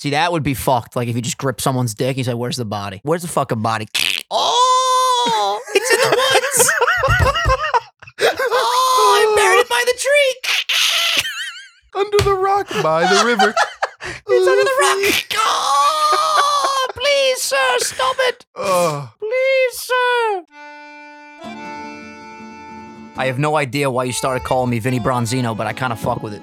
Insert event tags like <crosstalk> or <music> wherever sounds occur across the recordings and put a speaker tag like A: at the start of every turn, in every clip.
A: See, that would be fucked. Like if you just grip someone's dick and you say, Where's the body? Where's the fucking <laughs> body? oh, it's in the <laughs> woods. oh, I buried it by the tree. <laughs>
B: Under the rock by the river.
A: It's under the rock. Oh, please, sir, stop it.
B: Oh,
A: Please, sir. I have no idea why you started calling me Vinny Bronzino, but I kind of fuck with it.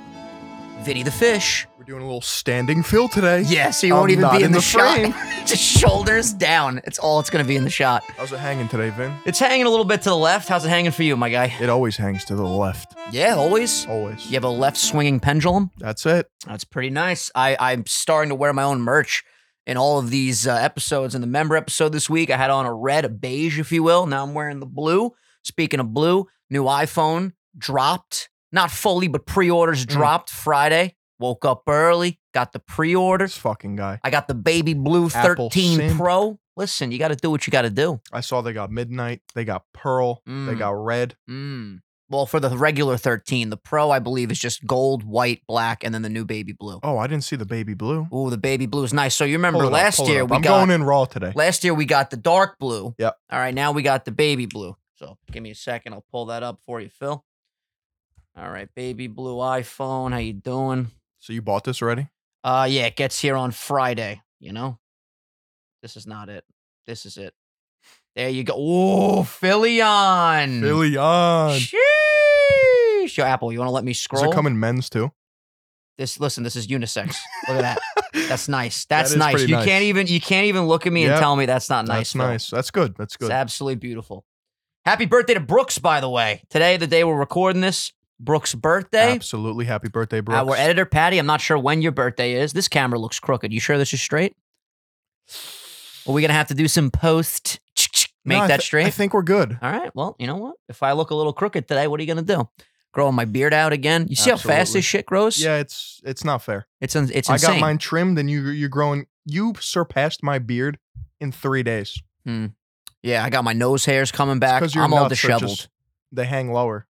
A: Vinny the fish.
B: we're doing a little standing fill today.
A: Yeah, so you won't
B: I'm
A: even
B: not
A: be in,
B: in
A: the,
B: the frame.
A: shot. <laughs> Just shoulders down. It's all it's going to be in the shot.
B: How's it hanging today, Vin?
A: It's hanging a little bit to the left. How's it hanging for you, my guy?
B: It always hangs to the left.
A: Yeah, always.
B: Always.
A: You have a left swinging pendulum.
B: That's it.
A: That's pretty nice. I, I'm starting to wear my own merch in all of these uh, episodes. In the member episode this week, I had on a red, a beige, if you will. Now I'm wearing the blue. Speaking of blue, new iPhone dropped, not fully, but pre orders
B: Mm.
A: dropped Friday. Woke up early, got the pre order.
B: This fucking guy.
A: I got the baby blue
B: Apple
A: 13
B: simp.
A: Pro. Listen, you got to do what you got to do.
B: I saw they got midnight. They got pearl. They
A: Mm.
B: got red.
A: Mm. Well, for the regular 13, the Pro, I believe, is just gold, white, black, and then the new baby blue.
B: Oh, I didn't see the baby blue.
A: Ooh, the baby blue is nice. So you remember
B: Pull it up,
A: last
B: pull it
A: year
B: up.
A: we
B: I'm
A: got
B: going in raw today.
A: Last year we got the dark blue.
B: Yep.
A: All right, now we got the baby blue. So give me a second. I'll pull that up for you, Phil. All right, baby blue iPhone. How you doing?
B: So you bought this already?
A: Uh yeah, it gets here on Friday, you know? This is not it. This is it. There you go. Ooh, Philly on.
B: Billy on.
A: Sheesh. Yo, Apple, you want to let me
B: Does
A: scroll?
B: it come in men's too?
A: this listen, this is unisex. Look at that. <laughs> That's nice. That's
B: is
A: nice.
B: pretty
A: You
B: nice.
A: can't even you can't even look at me and
B: Yep.
A: tell me that's not nice.
B: That's
A: Phil.
B: nice. That's good. That's good.
A: It's absolutely beautiful. Happy birthday to Brooks, by the way. Today, the day we're recording this, Brooks' birthday.
B: Absolutely. Happy birthday, Brooks.
A: Our editor, Patty, I'm not sure when your birthday is. This camera looks crooked. You sure this is straight? Are we going to have to do some post?
B: No,
A: Make
B: I
A: that
B: thi-
A: straight?
B: I think we're good.
A: All right. Well, you know what? If I look a little crooked today, what are you going to do? Growing my beard out again? You see how fast
B: Absolutely.
A: this shit grows?
B: Yeah, it's it's not fair.
A: It's, in, it's
B: I
A: insane.
B: got mine trimmed, and you you're growing. You surpassed my beard in three days.
A: Yeah, I got my nose hairs coming back.
B: 'cause your
A: I'm all
B: nuts are just-
A: disheveled.
B: They hang lower.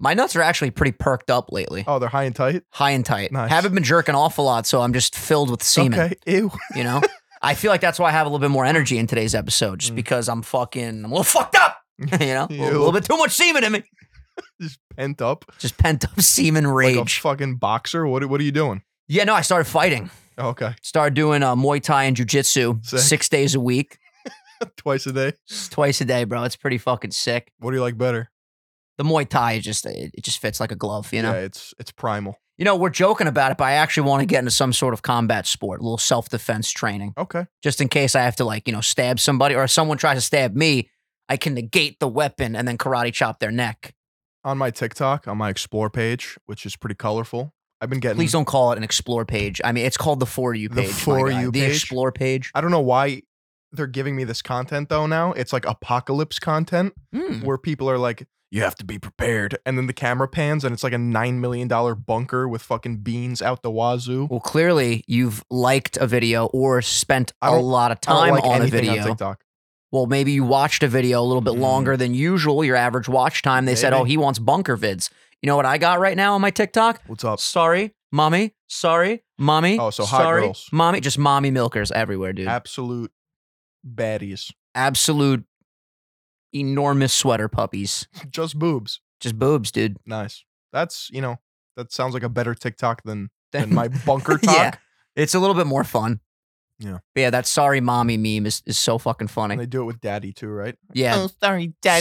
A: My nuts are actually pretty perked up lately.
B: Oh, they're high and tight.
A: high and tight.
B: Nice.
A: Haven't been jerking off a lot, so I'm just filled with semen.
B: Okay. <laughs> Ew.
A: You know, I feel like that's why I have a little bit more energy in today's episode, just
B: Mm.
A: because I'm fucking, I'm a little fucked up. <laughs> You know, a little-
B: Ew.
A: little bit too much semen in me.
B: Just pent up
A: Just pent up <laughs> semen
B: like
A: rage.
B: a fucking boxer. What what are you doing?
A: yeah, no, I started fighting.
B: Okay, <laughs>
A: Started doing uh, Muay Thai and Jiu Jitsu
B: Sick.
A: six days a week,
B: twice a day.
A: It's twice a day, bro. It's pretty fucking sick.
B: What do you like better?
A: The Muay Thai is just, it, it just fits like a glove, you know?
B: yeah, it's it's primal.
A: You know, we're joking about it, but I actually want to get into some sort of combat sport, a little self defense training.
B: Okay,
A: just in case I have to like, you know, stab somebody or if someone tries to stab me, I can negate the weapon and then karate chop their neck.
B: on my TikTok, on my Explore page, which is pretty colorful. I've been getting.
A: Please don't call it an explore page. I mean, it's called the for you
B: The
A: page. my
B: For
A: guy.
B: You
A: the
B: page?
A: explore page.
B: I don't know why they're giving me this content though. Now it's like apocalypse content.
A: Hmm.
B: where people are like, you have to be prepared. And then the camera pans and it's like a $9 million bunker with fucking beans out the wazoo.
A: Well, clearly you've liked a video or spent
B: I
A: a
B: don't-
A: lot of
B: I don't
A: time
B: like
A: on a
B: anything
A: video.
B: On TikTok.
A: well, maybe you watched a video a little bit
B: Mm.
A: longer than usual, your average watch time. They said,
B: Maybe.
A: "Oh, he wants bunker vids." You know what I got right now on my TikTok?
B: What's up?
A: Sorry, mommy. Sorry, mommy.
B: Oh, so hot
A: sorry,
B: girls.
A: Mommy, just mommy milkers everywhere, dude.
B: Absolute baddies. <laughs>
A: absolute enormous sweater puppies.
B: Just boobs.
A: Just boobs, dude. <laughs>
B: Nice. That's, you know, that sounds like a better TikTok than, than my bunker
A: <laughs>
B: talk.
A: Yeah. It's a little bit more fun.
B: Yeah.
A: But yeah, that sorry mommy meme is, is so fucking
B: And they
A: funny.
B: do it with daddy too, right?
A: Yeah.
B: sorry,
A: Oh, Sorry, daddy.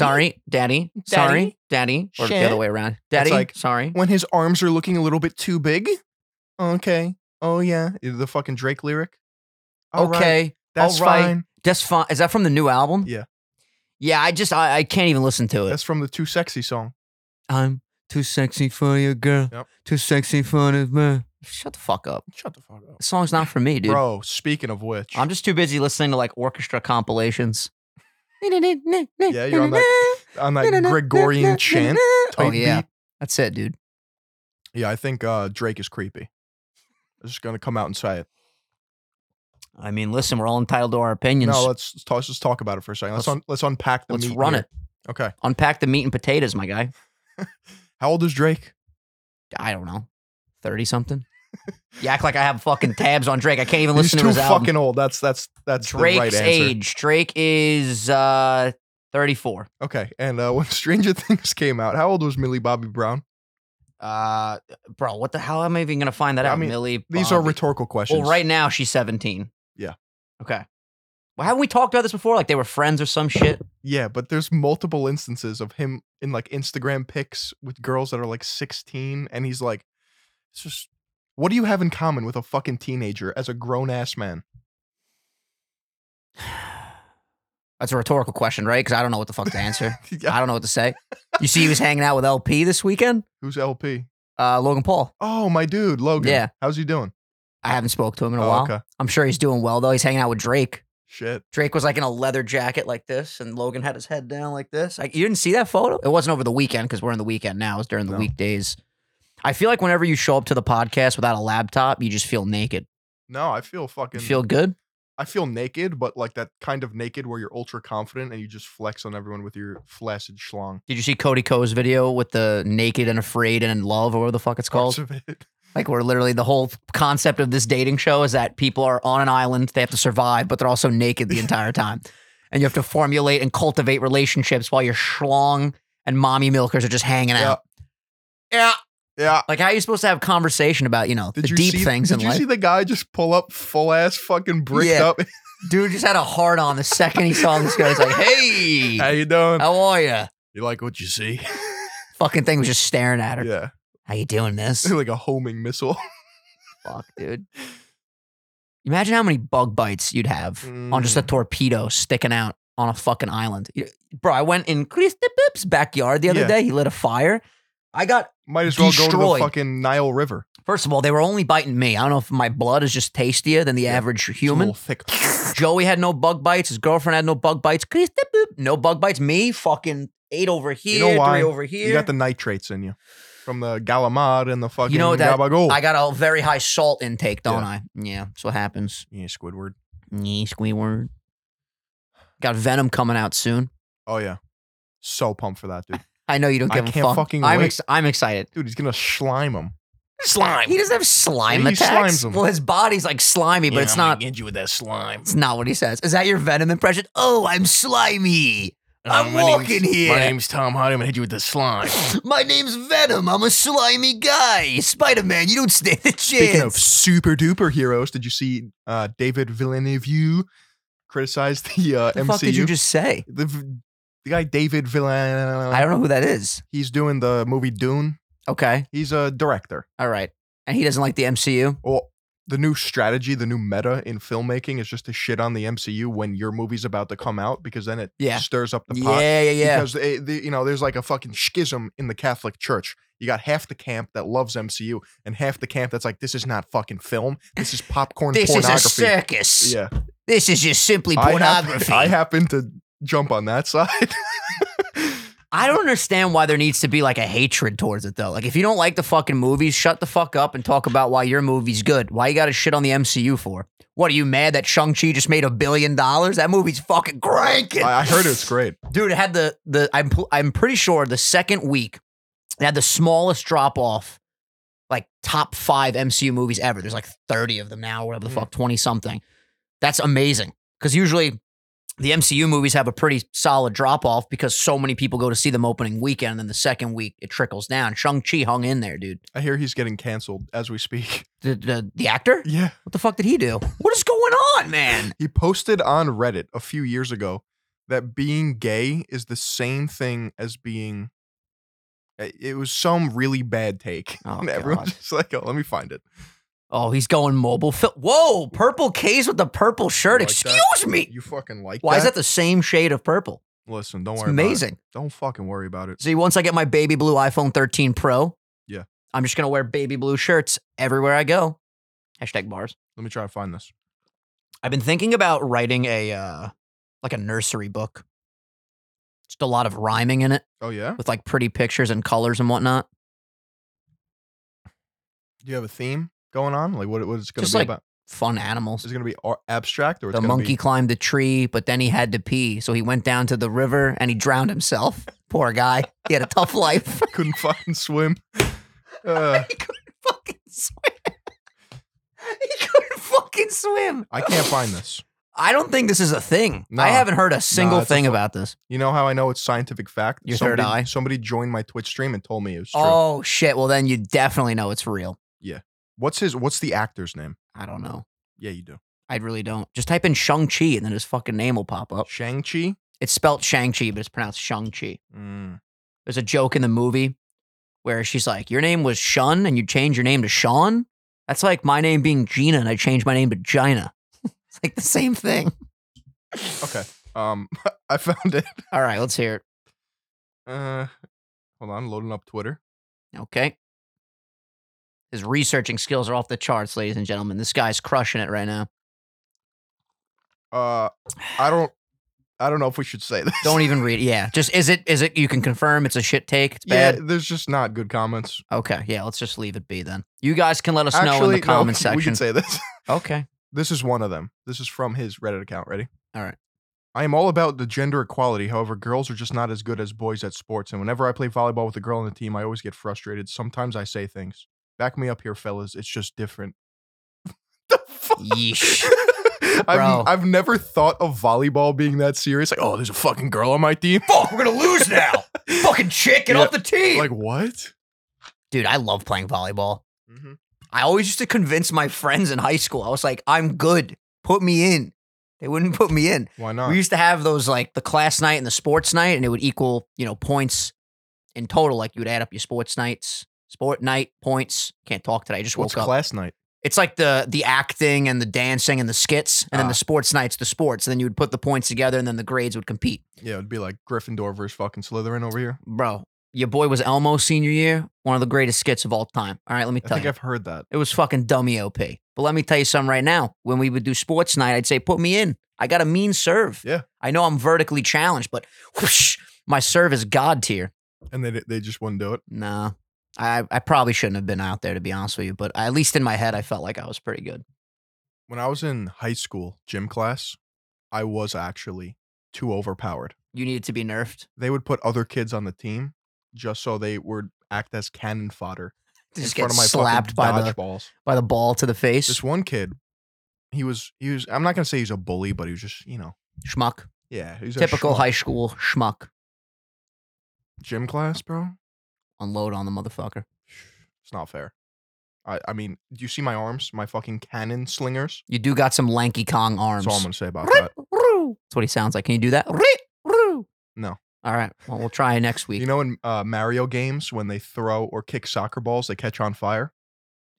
A: Sorry, daddy. Or the other
B: Shit.
A: way around. Daddy.
B: like-
A: sorry.
B: When his arms are looking a little bit too big. Okay. Oh, yeah. The fucking Drake lyric. All right.
A: okay.
B: That's
A: all right.
B: fine.
A: That's fine. Is that from the new album?
B: Yeah.
A: Yeah, I just I, I can't even listen to it.
B: That's from the Too Sexy song.
A: I'm too sexy for you, girl.
B: Yep.
A: Too sexy for this man. Shut the fuck up.
B: Shut the fuck up.
A: The song's not for me, dude.
B: Bro, speaking of which,
A: I'm just too busy listening to like orchestra <laughs> compilations.
B: Yeah, you're on that on
A: <laughs>
B: that Gregorian chant.
A: Oh
B: type
A: yeah,
B: beat.
A: that's it, dude.
B: Yeah, I think uh, Drake is creepy. I'm just gonna come out and say it.
A: I mean, listen, we're all entitled to our opinions.
B: No, let's let's, talk, let's just talk about it for a second. Let's
A: Let's-
B: un, let's unpack the
A: Let's
B: meat
A: run
B: here.
A: it.
B: Okay,
A: Unpack the meat and potatoes, my guy.
B: how old is Drake? <laughs>
A: I don't know, thirty something. You act like I have fucking tabs on Drake. I can't even listen
B: He's
A: to
B: too
A: his album.
B: fucking old. That's that's that's
A: Drake's
B: the right answer.
A: age. Drake is uh 34.
B: Okay, and uh, <laughs> when Stranger Things came out, how old was Millie Bobby Brown?
A: Uh, bro, what the hell am I even gonna find that
B: I
A: out?
B: mean,
A: Millie.
B: These are
A: Bobby.
B: rhetorical questions.
A: Well, right now she's 17.
B: Yeah.
A: Okay. Well, haven't we talked about this before? Like they were friends or some shit.
B: Yeah, but there's multiple instances of him in like Instagram pics with girls that are like 16, and he's like, it's just, what do you have in common with a fucking teenager as a grown ass man? <laughs>
A: That's a rhetorical question, right? Because I don't know what the fuck to answer.
B: <laughs> Yeah,
A: I don't know what to say. You see, he was hanging out with LP this weekend.
B: Who's LP?
A: Uh, Logan Paul.
B: Oh, my dude, Logan.
A: Yeah.
B: How's he doing?
A: I haven't spoke to him in a
B: Oh,
A: while.
B: okay.
A: I'm sure he's doing well though. He's hanging out with Drake.
B: Shit.
A: Drake was like in a leather jacket like this, and Logan had his head down like this. Like you didn't see that photo. It wasn't over the weekend because we're in the weekend now. It was during the
B: No.
A: weekdays. I feel like whenever you show up to the podcast without a laptop, you just feel naked.
B: No, I feel
A: You
B: fucking.
A: feel good.
B: I feel naked, but like that kind of naked where you're ultra confident and you just flex on everyone with your flaccid schlong.
A: Did you see Cody Ko's video with the naked and afraid and in love or whatever the fuck it's called?
B: Parts of it.
A: Like where literally the whole concept of this dating show is that people are on an island, they have to survive, but they're also naked the entire
B: <laughs>
A: time. And you have to formulate and cultivate relationships while your schlong and mommy milkers are just hanging
B: Yeah.
A: out. Yeah.
B: Yeah.
A: Like how are you supposed to have conversation about, you know,
B: Did
A: the
B: you
A: deep
B: see,
A: things
B: Did
A: in
B: you
A: life?
B: see the guy just pull up full ass fucking bricked
A: Yeah.
B: up?
A: <laughs> Dude just had a heart on the second he saw this guy. He's
B: <laughs>
A: like,
B: How
A: hey,
B: you doing?
A: how are you?
B: You like what
A: <laughs>
B: you see? <laughs>
A: Fucking thing was just staring at her.
B: yeah. <laughs>
A: How you doing this?
B: like a homing missile. <laughs>
A: Fuck, dude. Imagine how many bug bites you'd have on
B: Mm.
A: just a torpedo sticking out on a fucking island. You- Bro, I went in Chris the Pip's backyard the other
B: Yeah.
A: day. He lit a fire. I got,
B: Might as well go to
A: destroyed.
B: the fucking Nile River.
A: first of all, they were only biting me. I don't know if my blood is just tastier than the
B: Yeah.
A: average
B: It's a
A: human.
B: little thick.
A: Joey had no bug bites. His girlfriend had no bug bites. Chris the Pip, no bug bites. Me, fucking eight over here,
B: know why?
A: three over here.
B: You got the nitrates in you from the Galamad and the fucking
A: know that-
B: Gabagool.
A: I got a very high salt intake, don't I? Yeah, that's what happens.
B: yeah, Squidward.
A: Nyeh, Squidward. Got Venom coming out soon.
B: Oh yeah. So pumped for that dude.
A: I know you don't
B: I
A: give a
B: can't
A: fuck.
B: fucking
A: I'm
B: wait.
A: I'm excited.
B: Dude, he's gonna slime him. Slime.
A: He doesn't have slime
B: He
A: attacks.
B: slimes 'em.
A: Well, his body's like slimy, but it's not.
B: Get you with that slime.
A: It's not what he says. Is that your Venom impression? Oh, I'm slimy. I'm
B: my
A: walking
B: name's-
A: here.
B: My name's Tom Hardy. I'm gonna hit you with
A: <laughs>
B: the slime.
A: My name's Venom. I'm a slimy guy. Spider Man, you don't stand a
B: Speaking of
A: chance.
B: super duper heroes, did you see uh, David Villeneuve criticize the uh,
A: the
B: MCU?
A: fuck did you just say?
B: the, v- the guy David Villeneuve.
A: I don't know who that is.
B: he's doing the movie Dune.
A: Okay.
B: He's a director.
A: All right. And he doesn't like the MCU.
B: Well, the new strategy, the new meta in filmmaking is just to shit on the MCU when your movie's about to come out because then it
A: Yeah.
B: stirs up the pot.
A: Yeah, yeah, yeah.
B: Because they, they- you know, there's like a fucking schism in the Catholic Church. You got half the camp that loves MCU and half the camp that's like, this is not fucking film. This is popcorn
A: this is a
B: pornography.
A: circus.
B: yeah,
A: This is just simply
B: I hap-
A: pornography.
B: I happen to jump on
A: <laughs>
B: that <laughs> side.
A: I don't understand why there needs to be like a hatred towards it though. Like if you don't like the fucking movies, shut the fuck up and talk about why your movie's good. Why you got to shit on the MCU for? What are you mad that Shang Chi just made a billion dollars? That movie's fucking cranking.
B: I, I heard it's great.
A: dude. It had the the I'm pl- I'm pretty sure the second week it had the smallest drop off, like top five MCU movies ever. There's like thirty of them now, whatever the
B: Mm.
A: fuck, twenty something. That's amazing because usually the MCU movies have a pretty solid drop off because so many people go to see them opening weekend, and then the second week it trickles down. Shang Chi hung in there, dude.
B: I hear he's getting canceled as we speak.
A: The, the the actor,
B: Yeah.
A: what the fuck did he do? What is going on, man?
B: He posted on Reddit a few years ago that being gay is the same thing as being. It it was some really bad take. <laughs>
A: Oh,
B: and everyone's
A: God.
B: just like, oh, let me find it.
A: Oh, he's going mobile. Phil- Whoa, purple case with the purple shirt.
B: You like that?
A: Excuse me.
B: You fucking like
A: Why
B: that?
A: is that the same shade of purple?
B: Listen, don't
A: It's
B: worry about
A: amazing.
B: it. Don't fucking worry about it.
A: See, once I get my baby blue iPhone 13 Pro,
B: Yeah.
A: I'm just gonna wear baby blue shirts everywhere I go. Hashtag bars.
B: Let me try to find this.
A: I've been thinking about writing a uh, like a nursery book. Just a lot of rhyming in it
B: Oh, yeah?
A: with like pretty pictures and colors and whatnot.
B: Do you have a theme going on? Like, what, what is it going to
A: Just
B: be
A: like-
B: about?
A: Fun
B: Is
A: animals.
B: it going to be ar- abstract or it's
A: The
B: gonna
A: monkey
B: <laughs> Be,
A: climbed the tree, but then he had to pee, so he went down to the river and he drowned himself. <laughs> Poor guy. He had a tough life. <laughs>
B: couldn't fucking swim. Uh,
A: he couldn't fucking <laughs> swim. He couldn't fucking swim.
B: I can't find this.
A: I don't think this is a thing.
B: No.
A: I haven't heard a single
B: it's a
A: thing
B: fu-
A: about this.
B: You know how I know it's scientific fact?
A: Your third
B: somebody,
A: eye.
B: Somebody joined my Twitch stream and told me it was true.
A: Oh shit! Well, then you definitely know it's real.
B: What's his? What's the actor's name?
A: I don't know.
B: Yeah, you do.
A: I really don't. Just type in Shang Chi and then his fucking name will pop up.
B: Shang Chi.
A: It's spelled Shang Chi, but it's pronounced Shang Chi.
B: Mm.
A: There's a joke in the movie where she's like, "Your name was Shun, and you changed your name to Sean." That's like my name being Gina, and I changed my name to Gina. <laughs> it's like the same thing. <laughs>
B: Okay. Um, <laughs> I found it.
A: All right, let's hear it.
B: Uh, hold on, loading up Twitter.
A: Okay. His researching skills are off the charts, ladies and gentlemen. This guy's crushing it right now.
B: Uh, I don't, I don't know if we should say this.
A: Don't e, even read it. Yeah. Just is it is it you can confirm it's a shit take? It's
B: Yeah,
A: bad.
B: there's just not good comments.
A: Okay. Yeah, let's just leave it be then. You guys can let us know in
B: Actually,
A: the <laughs> comment
B: no, <laughs> we
A: section.
B: can say this.
A: okay.
B: This is one of them. This is from his Reddit account. Ready?
A: All right.
B: I am all about the gender equality. However, girls are just not as good as boys at sports. And whenever I play volleyball with a girl on the team, I always get frustrated. Sometimes I say things. Back me up here, fellas. It's just different. <laughs> the fuck?
A: Yeesh. Bro.
B: <laughs> I've, I've never thought of volleyball being that serious. Like, oh, there's a fucking girl on my team.
A: <laughs>
B: <laughs>
A: Fuck, we're gonna lose now. Fucking shit, get
B: Yeah.
A: off the team.
B: Like, what?
A: Dude, I love playing volleyball. I always used to convince my friends in high school. I was like, I'm good. Put me in. They wouldn't put me in.
B: Why not?
A: We used to have those like the class night and the sports night, and it would equal, you know, points in total. Like you would add up your sports nights, sport night, points. Can't talk today. I just woke
B: What's
A: up.
B: class night?
A: It's like the the acting and the dancing and the skits, and then
B: Ah.
A: the sports nights, the sports. And then you would put the points together, and then the grades would compete.
B: Yeah, it'd be like Gryffindor versus fucking Slytherin over here.
A: Bro, your boy was Elmo senior year, one of the greatest skits of all time. All right, let me
B: I
A: tell
B: think
A: you,
B: I've heard that.
A: it was fucking dummy op. But let me tell you something right now. When we would do sports night, I'd say, "Put me in. I got a mean serve.
B: Yeah.
A: I know I'm vertically challenged, but whoosh, my serve is god tier.
B: And they di- they just wouldn't do it.
A: Nah." I, I probably shouldn't have been out there to be honest with you, but at least in my head, I felt like I was pretty good.
B: When I was in high school gym class, I was actually too overpowered.
A: You needed to be nerfed.
B: They would put other kids on the team just so they would act as cannon fodder
A: Just
B: in front
A: get
B: of my
A: slapped
B: slapped
A: by the
B: dodgeballs.
A: by the ball to the face.
B: This one kid, he was he was. I'm not gonna say he's a bully, but he was just you know
A: schmuck.
B: yeah he's
A: Typical
B: a schmuck.
A: high school schmuck.
B: gym class, bro. <sighs>
A: Unload on the motherfucker.
B: It's not fair. I I mean, do you see my arms? My fucking cannon slingers.
A: You do got some lanky Kong arms.
B: That's all I'm gonna say about
A: Rip,
B: that.
A: roo. That's what he sounds like. Can you do that? Rip, roo.
B: No.
A: All right. Well, we'll try next week
B: You know, in uh, Mario games, when they throw or kick soccer balls, they catch on fire.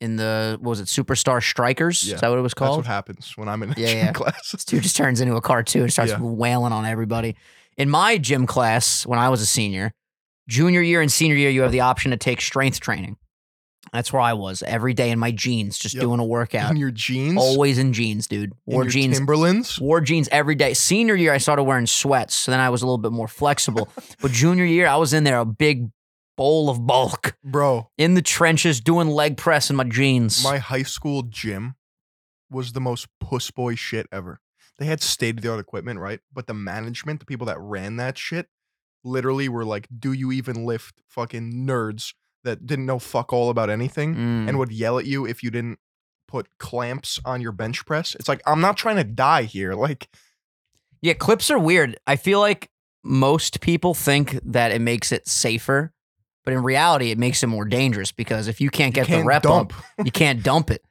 A: in the what was it Superstar Strikers?
B: Yeah.
A: Is that what it was
B: That's
A: called?
B: what happens when I'm in a
A: Yeah,
B: gym
A: yeah.
B: class.
A: This dude just turns into a cartoon and starts
B: Yeah.
A: wailing on everybody. In my gym class, when I was a senior, junior year and senior year, you have the option to take strength training. That's where I was every day in my jeans, just
B: Yep.
A: doing a workout.
B: <laughs> In your jeans,
A: Always in jeans, dude.
B: in
A: Wore
B: your
A: jeans
B: Timberlands.
A: wore jeans every day. Senior year, I started wearing sweats, so then I was a little bit more flexible. but junior year, I was in there a big bowl of bulk
B: Bro,
A: in the trenches doing leg press in my jeans.
B: my high school gym was the most puss boy shit ever. They had state of the art equipment, right? But the management, the people that ran that shit, literally were like, "Do you even lift?" Fucking nerds that didn't know fuck all about anything
A: Mm.
B: and would yell at you if you didn't put clamps on your bench press. It's like I'm not trying to die here. Like,
A: yeah, clips are weird. I feel like most people think that it makes it safer, but in reality, it makes it more dangerous because if you can't get
B: can't
A: the rep
B: dump
A: up, you can't dump
B: <laughs>
A: it.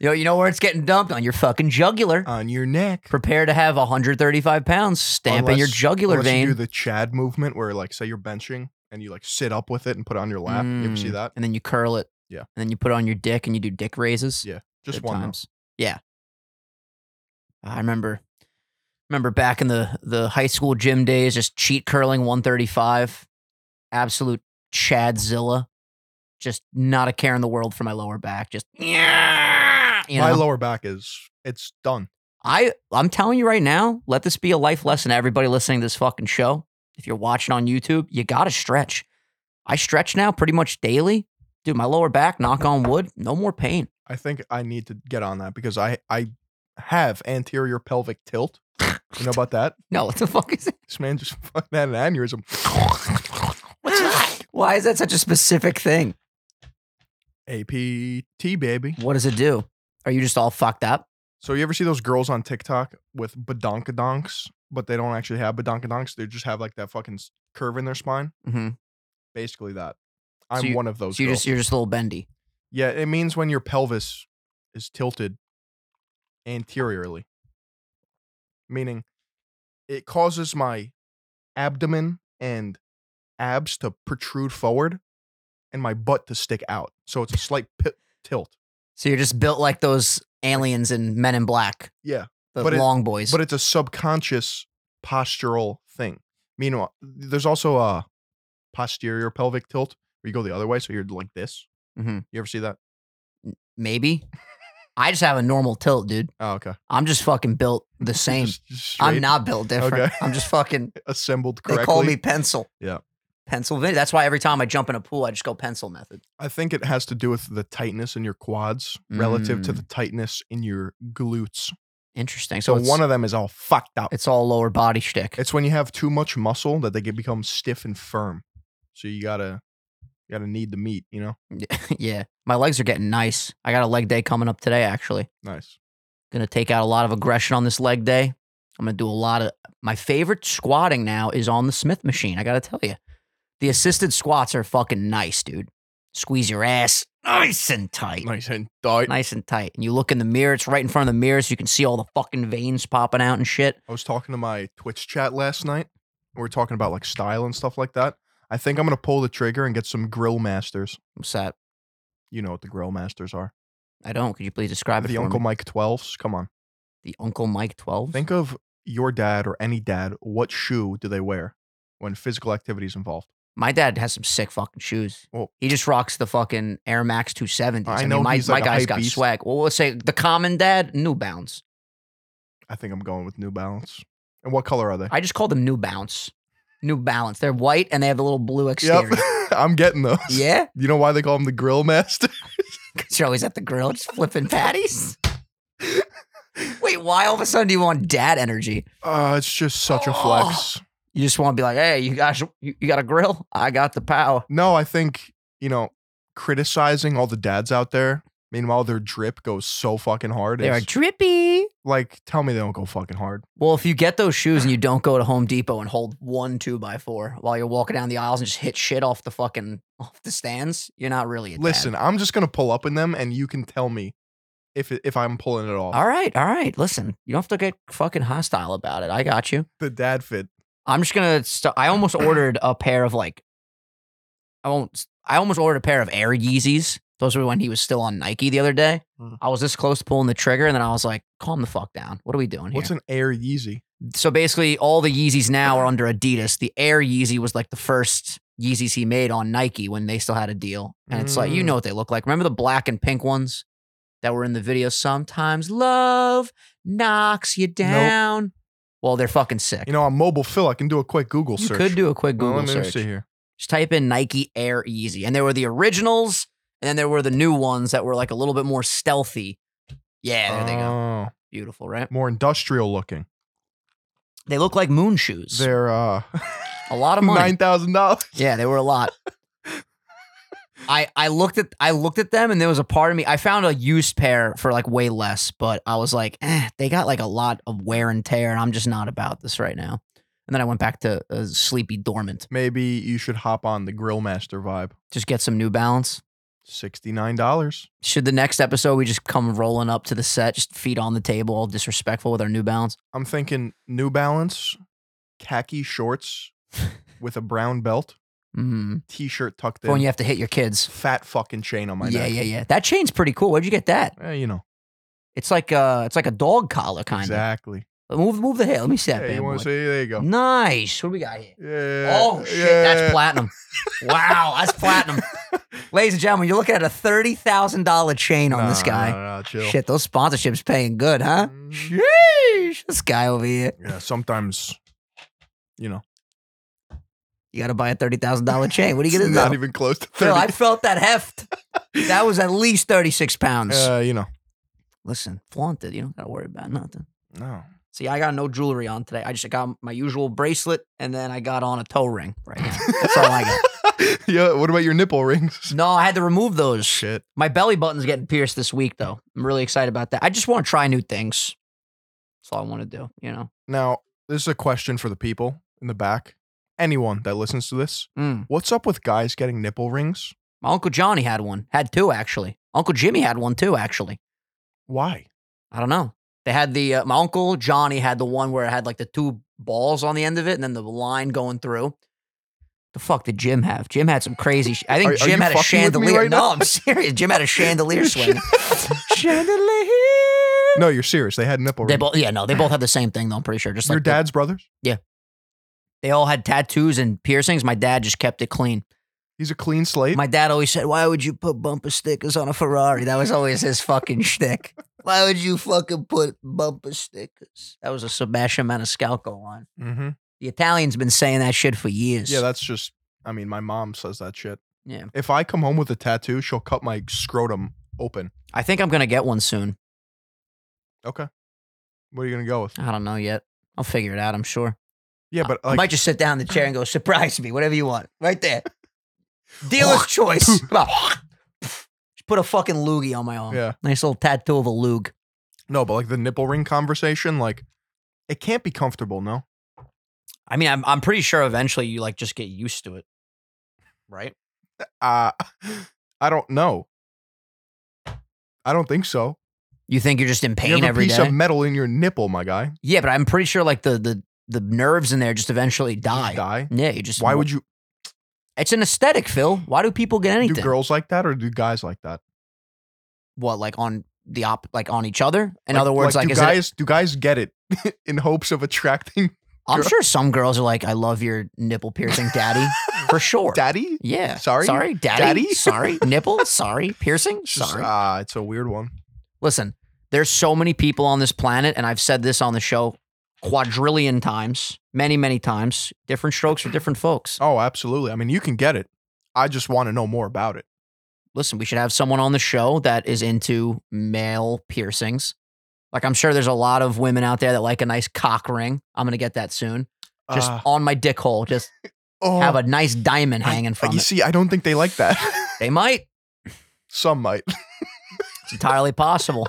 A: You know, you know where it's getting dumped on your fucking jugular.
B: on your neck.
A: Prepare to have 135 pounds stamping your
B: Unless-
A: jugular
B: Unless
A: vein.
B: You do the Chad movement where like say you're benching and you like sit up with it and put it on your lap. You ever see
A: Mm.
B: that?
A: And then you curl it.
B: Yeah.
A: And then you put it on your dick and you do dick raises.
B: Yeah. Just
A: Good
B: one. though.
A: times. Yeah. I remember remember back in the the high school gym days, just cheat curling 135. Absolute Chadzilla. Just not a care in the world for my lower back. Just <laughs> yeah. You
B: My
A: know?
B: lower back is it's done.
A: I I'm telling you right now, let this be a life lesson to everybody listening to this fucking show. If you're watching on YouTube, you gotta stretch. I stretch now pretty much daily. Dude, my lower back, knock on wood, no more pain.
B: I think I need to get on that because I I have anterior pelvic tilt. You know about that?
A: No, what the fuck is that?
B: This man just <laughs> fucking had an aneurysm.
A: <laughs> Why is that such a specific thing?
B: APT baby.
A: What does it do? Are you just all fucked up?
B: So you ever see those girls on TikTok with badonkadonks, but they don't actually have badonkadonks? They just have like that fucking s- curve in their spine.
A: Mm-hmm.
B: Basically that. I'm
A: you-
B: one of those.
A: So you
B: girls.
A: just you're just a little bendy.
B: yeah, it means when your pelvis is tilted
A: Oh.
B: anteriorly, meaning it causes my abdomen and abs to protrude forward and my butt to stick out. So it's a slight pi tilt.
A: So you're just built like those aliens in Men in Black,
B: Yeah.
A: the
B: But it-
A: long boys.
B: but it's a subconscious postural thing. Meanwhile, there's also a posterior pelvic tilt where you go the other way, so you're like this.
A: Mhm.
B: You ever see that?
A: Maybe. I just have a normal tilt, dude.
B: Oh, okay.
A: I'm just fucking built
B: <laughs>
A: the same.
B: Just- just
A: I'm
B: straight,
A: not built different.
B: Okay.
A: I'm just fucking.
B: <laughs> assembled
A: They
B: correctly.
A: call me pencil.
B: Yeah.
A: Pennsylvania. That's why every time I jump in a pool, I just go pencil method.
B: I think it has to do with the tightness in your quads relative to the tightness in your glutes.
A: Interesting. Mm. So,
B: So
A: it's,
B: one of them is all fucked up.
A: it's all lower body shtick.
B: It's when you have too much muscle that they can become stiff and firm. So you gotta, you gotta need the meat. You know,
A: <laughs> yeah. My legs are getting nice. I got a leg day coming up today. Actually,
B: nice.
A: gonna take out a lot of aggression on this leg day. I'm gonna do a lot of my favorite squatting now is on the Smith machine. I gotta tell you, the assisted squats are fucking nice, dude. Squeeze your ass nice and tight.
B: Nice and tight.
A: nice and tight. And you look in the mirror, it's right in front of the mirror, so you can see all the fucking veins popping out and shit.
B: I was talking to my Twitch chat last night. We were talking about like style and stuff like that. I think I'm gonna pull the trigger and get some grill masters.
A: What's that?
B: You know what the grill masters are?
A: I don't. Could you please describe it
B: The
A: for
B: Uncle
A: me?
B: Mike 12s. Come on.
A: The Uncle Mike 12?
B: Think of your dad or any dad. What shoe do they wear when physical activity is involved?
A: My dad has some sick fucking shoes.
B: Well-
A: he just rocks the fucking Air Max 270s.
B: I
A: mean,
B: know
A: my,
B: he's
A: my
B: like a
A: guy's
B: hype
A: got
B: beast.
A: swag. Well, let's say the common dad, New Bounce.
B: I think I'm going with New Balance. And what color are they?
A: I just call them New Bounce. New Balance. They're white and they have a little blue exterior.
B: <laughs> I'm getting those.
A: Yeah?
B: You know why they call them the grill master? <laughs>
A: Because you're always at the grill just flipping patties. Wait, why all of a sudden do you want dad energy?
B: Uh, it's just such a flex.
A: You just want to be like, hey, you guys, you, you got a grill? I got the power.
B: No, I think, you know, criticizing all the dads out there. Meanwhile, their drip goes so fucking hard.
A: They're
B: It's-
A: drippy.
B: like, tell me they don't go fucking hard.
A: Well, if you get those shoes and you don't go to Home Depot and hold one two by four while you're walking down the aisles and just hit shit off the fucking off the stands, you're not really a dad.
B: Listen, I'm just gonna pull up in them, and you can tell me if it, if I'm pulling it off.
A: All right, all right. Listen, you don't have to get fucking hostile about it. I got you.
B: The dad fit.
A: I'm just gonna. St- I
B: <clears throat>
A: almost ordered a pair of like. I won't. I almost ordered a pair of Air Yeezys. Those were when he was still on Nike the other day.
B: Mm.
A: I was this close to pulling the trigger, and then I was like, "Calm the fuck down. What are we doing here?"
B: What's an Air Yeezy?
A: so basically all the Yeezys now are under Adidas. The Air Yeezy was like the first Yeezys he made on Nike when they still had a deal. And it's like, you
B: Mm.
A: know what they look like. Remember the black and pink ones that were in the video? Sometimes love knocks you down. Well, they're fucking sick.
B: You know, on mobile Phil, I can do a quick Google
A: you
B: search.
A: could do a quick
B: Well,
A: Google
B: let me
A: search.
B: see here.
A: Just type in Nike Air Easy. And there were the originals, and then there were the new ones that were like a little bit more stealthy. Yeah, there they go.
B: Oh,
A: Beautiful, right?
B: More industrial looking.
A: They look like moon shoes.
B: They're uh, <laughs>
A: a lot of money.
B: nine thousand dollars.
A: Yeah, they were a lot. I I looked at I looked at them and there was a part of me I found a used pair for like way less, but I was like, eh, they got like a lot of wear and tear, and I'm just not about this right now. And then I went back to uh, sleepy dormant.
B: Maybe you should hop on the Grill Master vibe.
A: Just get some New Balance.
B: Sixty nine dollars.
A: Should the next episode we just come rolling up to the set, just feet on the table, all disrespectful with our New Balance?
B: I'm thinking New Balance,
A: <laughs>
B: khaki shorts with a brown belt,
A: Mm.
B: t-shirt tucked
A: For when
B: in,
A: you have to hit your kids.
B: fat fucking chain on Oh my
A: yeah,
B: neck.
A: yeah, yeah. That chain's pretty cool. Where'd you get that?
B: Eh, you know.
A: It's like uh, it's like a dog collar kind of.
B: Exactly.
A: Move, move the hair. Let me see that.
B: Yeah,
A: bad
B: you want
A: boy.
B: to see? There you go.
A: Nice. What do we got here?
B: Yeah.
A: Oh shit, that's platinum. wow,
B: <laughs>
A: that's platinum. Ladies and gentlemen, you're looking at a thirty thousand dollar chain on this guy.
B: chill.
A: Shit, those sponsorships paying good, huh?
B: Mm.
A: Sheesh, this guy over here.
B: Yeah. Sometimes, you know,
A: You got to buy a thirty thousand
B: <laughs>
A: dollar chain. What are you
B: it's
A: gonna
B: not
A: do?
B: even close to
A: Phil, I
B: thirty.
A: felt that
B: <laughs>
A: heft. That was at least thirty six pounds.
B: Uh, you know,
A: Listen, flaunt it. You don't gotta worry about nothing.
B: no.
A: See, I got no
B: <laughs>
A: jewelry on today. I just got my usual bracelet, and then I got on a toe ring right now. That's all I got.
B: <laughs> yeah. What about your nipple rings?
A: No, I had to remove those.
B: <laughs> Shit.
A: My belly button's getting pierced this week, though. I'm really excited about that. I just want to try new things. That's all I want to do, you know?
B: Now, this is a question for the people in the back. Anyone that listens to this,
A: Mm.
B: what's up with guys getting nipple rings?
A: My Uncle Johnny had one, had two, actually. Uncle Jimmy had one, too, actually.
B: <laughs> Why?
A: I don't know. They had the, uh, my Uncle Johnny had the one where it had like the two balls on the end of it and then the line going through. The fuck did Jim have? Jim had some crazy. Sh- I think
B: Are- are
A: Jim
B: you
A: had a
B: fucking with me
A: chandelier.
B: right
A: no,
B: now?
A: I'm serious. Jim
B: <laughs>
A: had a chandelier swing. chandelier.
B: No, you're serious. They had nipple
A: They
B: rings.
A: both, yeah, no, they both had the same thing though. I'm pretty sure. Just
B: Your
A: like the-
B: dad's brothers?
A: They all had tattoos and piercings. My dad just kept it clean.
B: He's a clean slate.
A: My dad always said, "Why would you put bumper stickers on a Ferrari?" That was always his fucking shtick. Why would you fucking put bumper stickers? That was a Sebastian Maniscalco line.
B: mm-hmm.
A: The Italian's been saying that shit for years.
B: Yeah, that's just. I mean, my mom says that shit.
A: Yeah.
B: If I come home with a tattoo, she'll cut my scrotum open.
A: I think I'm gonna get one soon.
B: Okay. What are you gonna go with?
A: I don't know yet. I'll figure it out. I'm sure.
B: Yeah, but
A: I
B: like,
A: might just sit down in the chair and go, "Surprise me, whatever you want, right
B: <laughs>
A: there." Dealer's choice. Come on. Just put a fucking loogie on my arm.
B: Yeah.
A: Nice little tattoo of a lug.
B: no, but like the nipple ring conversation, like, it can't be comfortable. No.
A: I mean, I'm I'm pretty sure eventually you like just get used to it, right?
B: Uh <sighs> I don't know. I don't think so.
A: You think you're just in
B: you
A: pain
B: have a
A: every
B: piece
A: day.
B: of metal in your nipple, my guy.
A: yeah, but I'm pretty sure like the the the nerves in there just eventually die.
B: You die.
A: Yeah, you just.
B: Why would you?
A: It's an aesthetic, Phil. Why do people get anything?
B: Do girls like that or do guys like that?
A: what like on the op like on each other? In
B: Like-
A: other words, like,
B: do
A: is it,
B: guys do guys get it <laughs> in hopes of attracting
A: I'm
B: girl-
A: sure some girls are like, I love your nipple piercing,
B: <laughs>
A: daddy, for sure.
B: daddy?
A: yeah.
B: Sorry?
A: Sorry, daddy.
B: Daddy? <laughs>
A: sorry, nipple. Sorry, piercing.
B: It's just,
A: Sorry.
B: ah, it's a weird one.
A: Listen, there's so many people on this planet, and I've said this on the show quadrillion times, many, many times. Different strokes for different folks.
B: Oh, absolutely. I mean, you can get it. I just want to know more about it.
A: Listen, we should have someone on the show that is into male piercings. Like, I'm sure there's a lot of women out there that like a nice cock ring. I'm going to get that soon. Just
B: Ah.
A: on my dick hole, just
B: oh,
A: have a nice diamond
B: I-
A: hanging from
B: you
A: it.
B: see, I don't think they like that. <laughs>
A: They might.
B: Some might. <sighs>
A: It's entirely possible.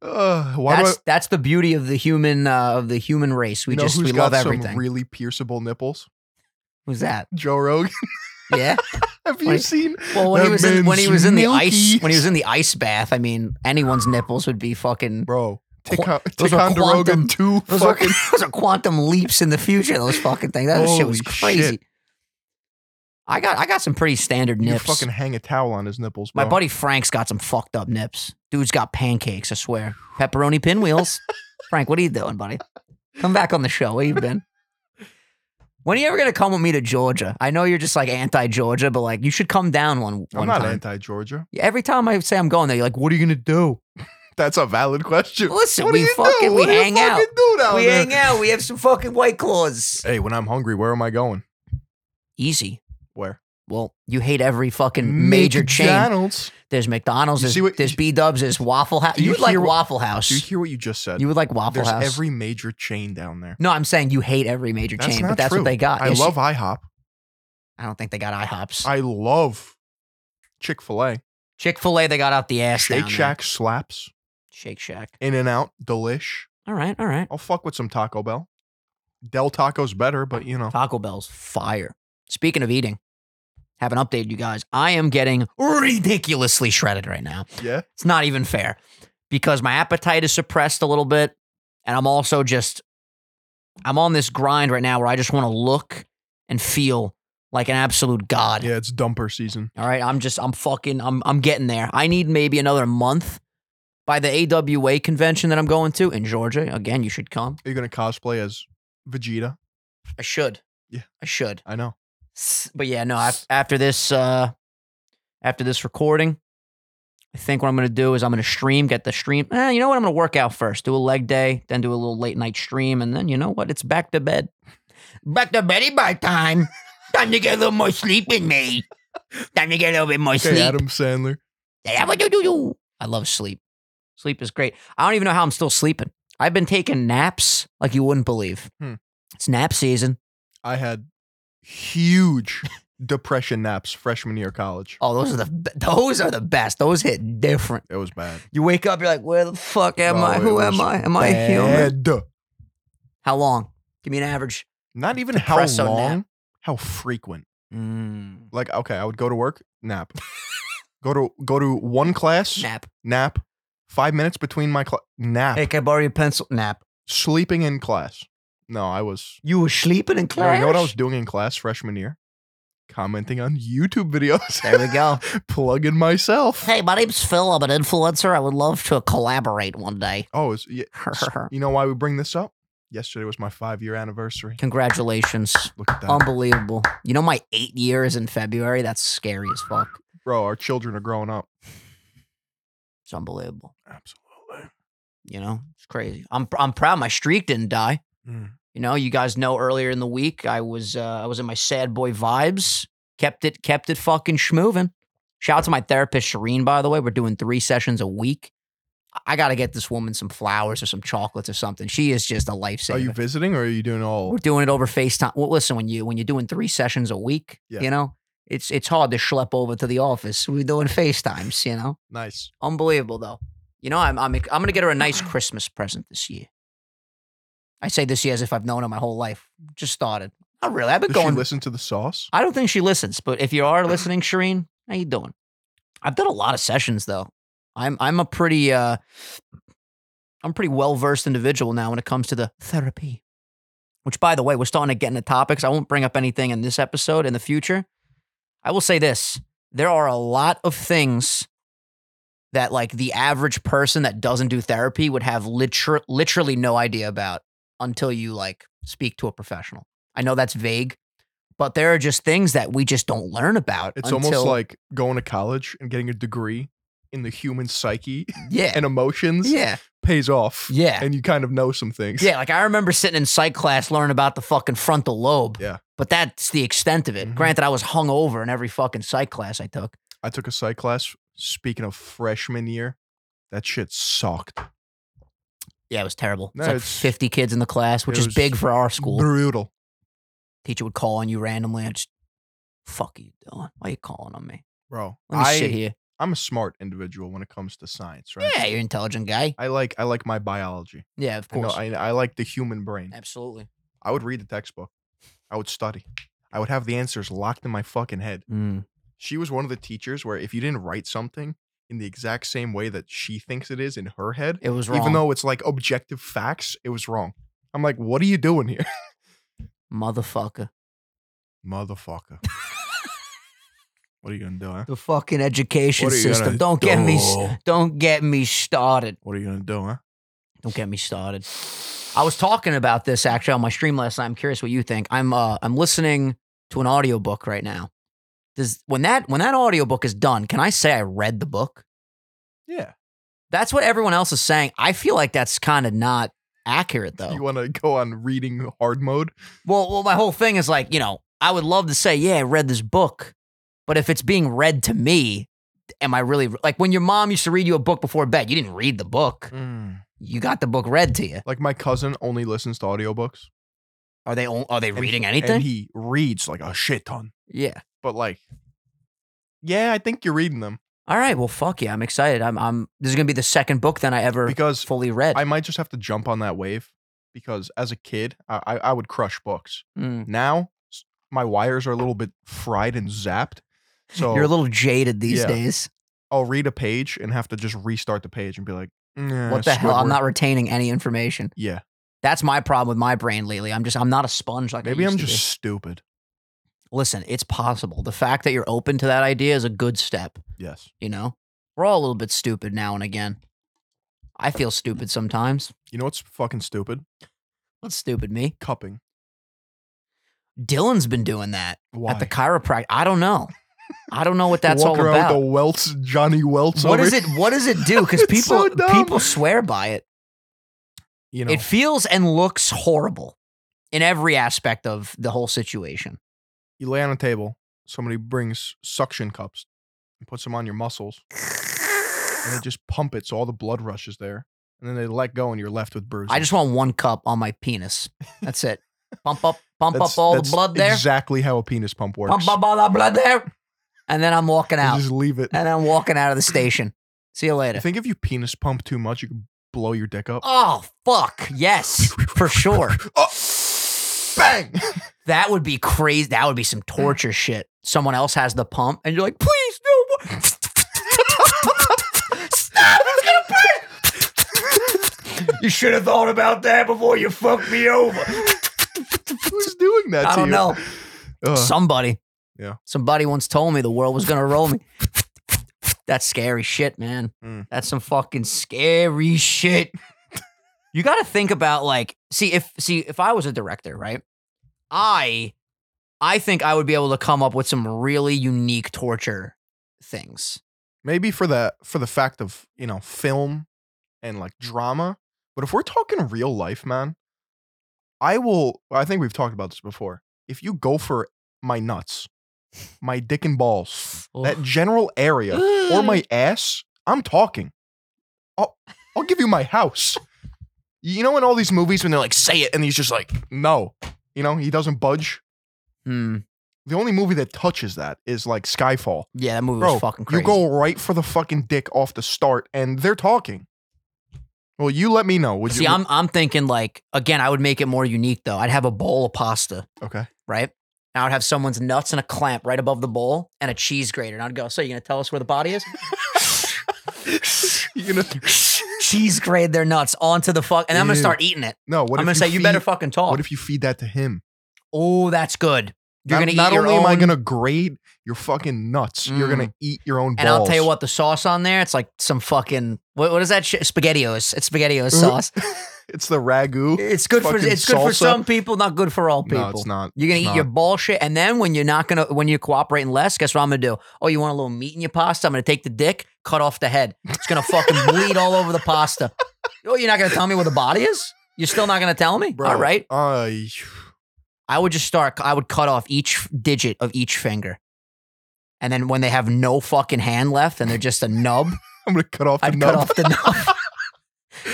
B: Uh, <laughs> why do I,
A: that's that's the beauty of the human uh, of the human race. We
B: you know
A: just
B: who's
A: we
B: got
A: love
B: some
A: everything.
B: really pierceable nipples?
A: Who's that?
B: Joe Rogan. <laughs>
A: Yeah.
B: Have you
A: Like-
B: seen?
A: Well, when
B: That
A: he was in, when he
B: man's
A: was in the
B: milky.
A: ice when he was in the ice bath, I mean, anyone's nipples would be fucking.
B: Bro, Tico-
A: those are
B: Ticonderoga
A: quantum-
B: 2
A: Those are,
B: fucking.
A: <laughs> those are quantum leaps in the future. Those fucking things. That shit was
B: Holy
A: crazy.
B: shit.
A: I got I got some pretty standard
B: You
A: nips.
B: fucking hang a towel on his nipples,
A: My
B: bro.
A: buddy Frank's got some fucked up nips. Dude's got pancakes. I swear, pepperoni
B: <laughs>
A: pinwheels. Frank, what are you doing, buddy? Come back on the show. Where you been? When are you ever gonna come with me to Georgia? I know you're just like anti Georgia, but like you should come down one.
B: I'm
A: one
B: not
A: time.
B: anti Georgia.
A: Every time I say I'm going there, you're like, "What are you gonna do?"
B: <laughs> That's a valid question.
A: Listen,
B: What do
A: we
B: you
A: fucking-
B: do?
A: we
B: What do you
A: hang out.
B: fucking do down
A: we
B: there?
A: hang out. We have some fucking white claws.
B: Oh, Hey, when I'm hungry, where am I going?
A: Easy.
B: Where?
A: Well, you hate every fucking major chain.
B: McDonald's.
A: There's McDonald's.
B: You
A: There's,
B: see what-
A: there's B Dubs. There's Waffle House.
B: Do you
A: You'd like
B: hear what-
A: Waffle
B: Do you
A: House.
B: hear what you just said?
A: You would like Waffle
B: There's
A: House.
B: every major chain down there.
A: no, I'm saying you hate every major
B: That's
A: chain,
B: not
A: but that's
B: true.
A: what they got.
B: I
A: Yes,
B: love IHOP.
A: I don't think they got IHOPs.
B: I love Chick Fil A.
A: Chick Fil A, they got out the ass.
B: Shake
A: down there.
B: Shack slaps.
A: Shake Shack.
B: In and Out, delish.
A: All right, all right.
B: I'll fuck with some Taco Bell. Del Taco's better, but
A: <laughs>
B: you know.
A: Taco Bell's fire. Speaking of eating, have an update, you guys. I am getting ridiculously shredded right now.
B: Yeah.
A: It's not even fair because my appetite is suppressed a little bit. And I'm also just, I'm on this grind right now where I just want to look and feel like an absolute god.
B: Yeah, it's dumper season.
A: All right. I'm just, I'm fucking, I'm, I'm getting there. I need maybe another month by the AWA convention that I'm going to in Georgia. Again, you should come.
B: Are you gonna cosplay as Vegeta?
A: I should.
B: Yeah.
A: I should.
B: I know.
A: S- But yeah, no, af- after this, uh, after this recording, I think what I'm going to do is I'm going to stream, get the stream. Eh, you know what? I'm going to work out first, do a leg day, then do a little late night stream. And then, you know what? It's back to bed. <laughs> Back to beddy by time. Time to get a little more sleep in me. Time to get a little bit more
B: Okay,
A: sleep.
B: Adam Sandler.
A: Yeah, what do you do? I love sleep. Sleep is great. I don't even know how I'm still sleeping. I've been taking naps like you wouldn't believe.
B: Hmm.
A: It's nap season. <laughs>
B: I had huge depression naps freshman year of college.
A: Oh, those are the be- those are the best. Those hit different.
B: It was bad.
A: You wake up, you're like, where the fuck am
B: Bro,
A: I?
B: it
A: Who
B: was
A: am I? Am I a human?
B: Bad.
A: How long? Give me an average.
B: Not even
A: Depresso
B: how
A: nap.
B: long, how frequent.
A: Mm.
B: Like, okay, I would go to work, nap. go to go
A: <laughs>
B: to one class,
A: Nap.
B: nap. Five minutes between my class, nap.
A: Hey, can I borrow your pencil? Nap.
B: Sleeping in class. No, I was.
A: You were sleeping in
B: No,
A: class.
B: you know what I was doing in class freshman year? Commenting on YouTube videos. <laughs>
A: There we go. <laughs>
B: Plugging myself.
A: hey, my name's Phil. I'm an influencer. I would love to collaborate one day. <laughs>
B: Oh, it's, yeah, you know why we bring this up? Yesterday was my five year anniversary.
A: Congratulations.
B: Look at that.
A: Unbelievable. You know, my eight year is in February. That's scary as fuck.
B: Bro, our children are growing up.
A: It's unbelievable.
B: Absolutely.
A: You know, it's crazy. I'm I'm proud my streak didn't die.
B: Mm.
A: You know, you guys know earlier in the week I was uh, I was in my sad boy vibes. Kept it kept it fucking schmoving. Shout out to my therapist Shireen, by the way. We're doing three sessions a week. I- I gotta get this woman some flowers or some chocolates or something. She is just a lifesaver.
B: Are Oh, you visiting or are you doing all?
A: We're doing it over FaceTime. Well, listen, when you when you're doing three sessions a week,
B: Yeah.
A: you know, it's it's hard to schlep over to the office. We're doing FaceTimes, you know.
B: Nice.
A: Unbelievable though. You know, I'm I'm I'm gonna get her a
B: <clears throat>
A: nice Christmas present this year. I say this year as if I've known her my whole life. Just started. Not really. I've been
B: Does she
A: going.
B: listen to the sauce?
A: I don't think she listens, but if you are listening, Shireen, how you doing? I've done a lot of sessions though. I'm I'm a pretty uh I'm a pretty well versed individual now when it comes to the therapy. Which by the way, we're starting to get into topics. I won't bring up anything in this episode in the future. I will say this. There are a lot of things that like the average person that doesn't do therapy would have liter- literally no idea about until you like speak to a professional. I know that's vague, but there are just things that we just don't learn about.
B: It's
A: until,
B: almost like going to college and getting a degree in the human psyche
A: yeah,
B: and emotions
A: yeah,
B: pays off.
A: yeah,
B: And you kind of know some things.
A: yeah. Like I remember sitting in psych class learning about the fucking frontal lobe.
B: Yeah.
A: but that's the extent of it.
B: Mhm.
A: Granted, I was hung over in every fucking psych class I took.
B: I took a psych class. Speaking of freshman year, that shit sucked.
A: Yeah, it was terrible.
B: No,
A: it's like
B: it's-
A: fifty kids in the class, which
B: it
A: is
B: was
A: big for our school.
B: Brutal.
A: Teacher would call on you randomly. and just, fuck are you doing? Why are you calling on me?
B: Bro,
A: Let me
B: I,
A: sit here.
B: I'm a smart individual when it comes to science, right?
A: Yeah, you're an intelligent guy.
B: I like I like my biology.
A: Yeah, of
B: I know-
A: course.
B: I, I like the human brain.
A: Absolutely.
B: I would read the textbook. I would study. I would have the answers locked in my fucking head.
A: Mm.
B: She was one of the teachers where if you didn't write something in the exact same way that she thinks it is in her head,
A: It was wrong.
B: even though it's like objective facts, it was wrong. I'm like, what are you doing here?
A: motherfucker.
B: <laughs> Motherfucker. what are you gonna do, huh?
A: The fucking education
B: What are you
A: system.
B: gonna
A: Don't get me
B: do?
A: don't get me started.
B: What are you gonna do, huh?
A: Don't get me started. I was talking about this actually on my stream last night. I'm curious what you think. I'm uh I'm listening to an audiobook right now. Does when that when that audiobook is done, can I say I read the book?
B: Yeah.
A: That's what everyone else is saying. I feel like that's kind of not accurate though.
B: You wanna go on reading hard mode?
A: Well, well, my whole thing is like, you know, I would love to say, yeah, I read this book, but if it's being read to me, am I really like when your mom used to read you a book before bed? You didn't read the book;
B: Mm.
A: you got the book read to you.
B: Like my cousin only listens to audiobooks.
A: Are they on- are they
B: and-
A: reading anything?
B: And he reads like a shit ton.
A: yeah.
B: But like, yeah, I think you're reading them
A: All right. Well, fuck yeah, I'm excited. I'm. I'm. This is gonna be the second book that I ever
B: because
A: fully read.
B: I might just have to jump on that wave because as a kid, I, I, I would crush books.
A: Mm.
B: Now, s- my wires are a little bit fried and zapped.
A: <laughs>
B: So
A: You're a little jaded these
B: Yeah.
A: days.
B: I'll read a page and have to just restart the page and be like, "Nah,
A: what the hell? I'm
B: Squidward."
A: not retaining any information.
B: Yeah.
A: That's my problem with my brain lately. I'm just. I'm not a sponge like I
B: Maybe
A: used
B: I'm
A: to be.
B: just stupid.
A: listen, it's possible. The fact that you're open to that idea is a good step,
B: Yes.
A: you know? We're all a little bit stupid now and again. I feel stupid sometimes.
B: You know what's fucking stupid?
A: What's stupid me?
B: Cupping.
A: Dylan's been doing that
B: Why?
A: at the chiropractor. I don't know. I don't know <laughs> what that's
B: Walk
A: all
B: around
A: about.
B: With the welts, Johnny Welts.
A: What
B: over
A: does
B: here.
A: it what does it
B: <laughs>
A: do? Because
B: It's
A: people
B: so dumb.
A: people swear by it.
B: You know,
A: It feels and looks horrible in every aspect of the whole situation.
B: you lay on a table, somebody brings suction cups and puts them on your muscles,
A: <sighs>
B: and they just pump it so all the blood rushes there, and then they let go, and you're left with bruises.
A: I just want one cup on my penis. That's it. Pump up, pump
B: That's-
A: up all the
B: that's
A: blood there.
B: Exactly how a penis pump works.
A: Pump up all that blood there. And then I'm walking
B: You
A: out.
B: just leave it.
A: and I'm walking out of the station. See you
B: I
A: later.
B: think if you penis pump too much, you can blow your dick up.
A: Oh fuck.
B: <laughs>
A: Yes. For sure.
B: Oh, bang!
A: That would be crazy. That would be some torture shit. Someone else has the pump, and you're like, please, no more. <laughs> Stop, it's gonna burn. you should have thought about that before you fucked me over.
B: <laughs> Who's doing that
A: I
B: to
A: don't
B: you?
A: know.
B: Ugh.
A: Somebody.
B: Yeah.
A: Somebody once told me the world was gonna roll me. That's scary shit, man.
B: Mm.
A: That's some fucking scary shit. you gotta think about like, see if see if I was a director, right? I I think I would be able to come up with some really unique torture things.
B: Maybe for the for the fact of you know film and like drama, but if we're talking real life, man, I will. I think we've talked about this before. If you go for my nuts, my dick and balls, that general area, or my ass, I'm talking. I'll, I'll give you my house. You know, in all these movies when they're like, say it, and he's just like, no. You know, he doesn't budge.
A: Hmm.
B: The only movie that touches that is like Skyfall.
A: yeah, that movie
B: Bro,
A: was fucking crazy.
B: you go right for the fucking dick off the start, and they're talking. Well, you let me know. Would
A: See,
B: you?
A: I'm I'm thinking like again, I would make it more unique though. I'd have a bowl of pasta. <laughs>
B: okay. <laughs>
A: right? And I would have someone's nuts and a clamp right above the bowl and a cheese grater. And I'd go, So you're gonna tell us where the body
B: <laughs>
A: is?
B: you
A: <laughs>
B: gonna
A: cheese grade their nuts onto the fuck and I'm gonna
B: Ew.
A: start eating it.
B: no. What
A: I'm
B: if
A: gonna
B: you
A: say, You
B: feed-
A: better fucking talk.
B: What if you feed that to him?
A: oh, that's good. You're
B: not,
A: gonna
B: not
A: eat your
B: only
A: own Mm.
B: am I gonna grade your fucking nuts, you're gonna eat your own.
A: and I'll tell you
B: balls.
A: what, the sauce on there, it's like some fucking what, what is that shit? Spaghettios. It's spaghettios
B: Uh,
A: sauce.
B: It's the ragu.
A: It's good for
B: fucking
A: it's good for
B: salsa.
A: some people, not good for all people.
B: No, it's not.
A: You're gonna
B: It's
A: eat
B: not.
A: your bullshit, and then when you're not gonna, when you're cooperating less, guess what I'm gonna do? Oh, you want a little meat in your pasta? I'm gonna take the dick, cut off the head. It's gonna
B: <laughs>
A: fucking bleed all over the pasta. Oh, you're not gonna tell me where the body is? You're still not gonna tell me?
B: Bro,
A: All right,
B: I
A: I would just start. I would cut off each digit of each finger, and then when they have no fucking hand left and they're just a
B: <laughs>
A: nub,
B: <laughs> I'm gonna cut off the
A: I'd
B: nub.
A: cut off the
B: <laughs>
A: nub.